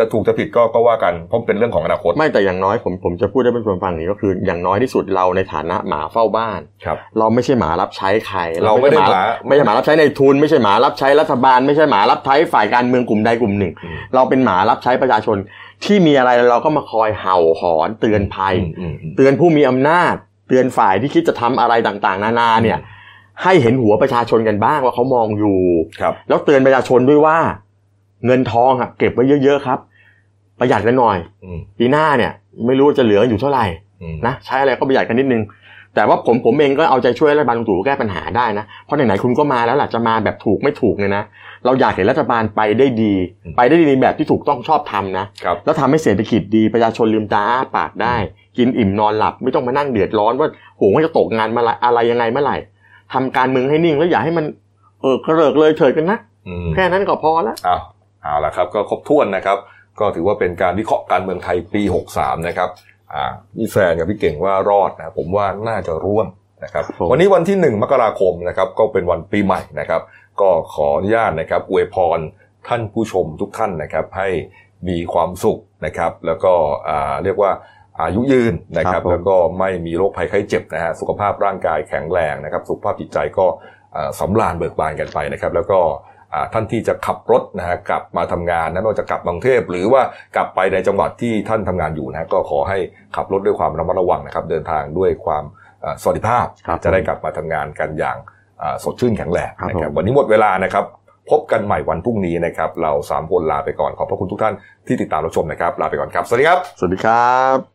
Speaker 1: จะถูกจะผิดก็ก็ว่ากันเพราะเป็นเรื่องของอนาคต
Speaker 2: ไม่แต่อย่างน้อยผมผมจะพูดได้เป็นคนฟังอย่างนี้ก็คือ อย่างน้อยที่สุดเราในฐานะหมาเฝ้าบ้าน
Speaker 1: ครับ
Speaker 2: เราไม่ใช่หมารับใช้ใคร
Speaker 1: เราไม่ได้
Speaker 2: ใช่
Speaker 1: หมา
Speaker 2: ไม่ใช่หมารับใช้ในทุน ไม่ใช่หมารับใช้รัฐบาล ไม่ใช่หมารับใช้ฝ่ายการเมืองกลุ่มใดกลุ่มหนึ่ง
Speaker 1: อืม
Speaker 2: เราเป็นหมารับใช้ประชาชนที่มีอะไรเราก็มาคอยเห่าหอนเตือนภัย
Speaker 1: อืมอืมอืม
Speaker 2: เตือนผู้มีอำนาจ เตือนฝ่ายที่คิดจะทำอะไรต่างๆ นานาเนี่ย ให้เห็นหัวประชาชนกันบ้างว่าเขามองอยู่
Speaker 1: ครับ
Speaker 2: แล้วเตือนประชาชนด้วยว่า เงินทองอะเก็บไว้เยอะๆครับ ประหยัดกันหน่อย
Speaker 1: อืม
Speaker 2: ปีหน้าเนี่ย ไม่รู้ว่าจะเหลืออยู่เท่าไหร่
Speaker 1: อืม
Speaker 2: นะใช้อะไรก็ประหยัดกันนิดนึง แต่ว่าผมผมเองก็เอาใจช่วยรัฐบาลลุงตู่แก้ปัญหาได้นะ เพราะไหนๆคุณก็มาแล้วล่ะจะมาแบบถูกไม่ถูกเนี่ยนะ เราอยากเห็นรัฐบาลไปได้ดี ไปได้ดีในแบบที่ถูกต้องชอบทำนะ
Speaker 1: ครับ
Speaker 2: แล้วทำให้เศรษฐกิจดีประชาชนลืมตาอ้าปากได้ กินอิ่มนอนหลับไม่ต้องมานั่งเดือดร้อนว่าโหว่าจะตกงานมาละอะไรยังไงเมื่อไหร่ทำการเมืองให้นิ่งแล้วอย่าให้มันเออกระเริกเลยเถิดกันนะ
Speaker 1: อืม
Speaker 2: แค่นั้นก็พอละ
Speaker 1: อ้าวเอาละครับก็ครบถ้วนนะครับ ก็ถือว่าเป็นการวิเคราะห์การเมืองไทยปี 63 นะครับอ่าพี่แซนกับพี่เก่งว่ารอดนะผมว่าน่าจะร่วมนะครับ วันนี้วันที่ 1 มกราคมนะครับก็เป็นวันปีใหม่นะครับ ก็ขออนุญาตนะครับอวยพรท่านผู้ชมทุกท่านนะครับ ให้มีความสุขนะครับ แล้วก็อ่าเรียกว่าอายุยืนนะครับ แล้วก็ไม่มีโรคภัยไข้เจ็บนะฮะสุขภาพร่างกายแข็งแรงนะครับ สุขภาพจิตใจก็อ่าสำราญเบิกบานกันไปนะครับ แล้วก็ อ่าท่านที่จะขับรถนะฮะกลับมาทำงานนะไม่ว่าจะกลับกรุงเทพหรือว่ากลับไปในจังหวัดที่ท่านทำงานอยู่นะฮะก็ขอให้ขับรถด้วยความระมัดระวังนะครับ เดินทางด้วยความอ่าสวัสดิภาพ จะได้กลับมาทำงานกันอย่างอ่าสดชื่นแข็งแรงนะครับวันนี้หมดเวลานะครับ พบกันใหม่วันพรุ่งนี้นะครับ เราสามคนลาไปก่อนขอบพระคุณทุกท่านที่ติดตามรับชมนะครับ ลาไปก่อนครับ สวัสดีครับ
Speaker 2: สวัสดีครับ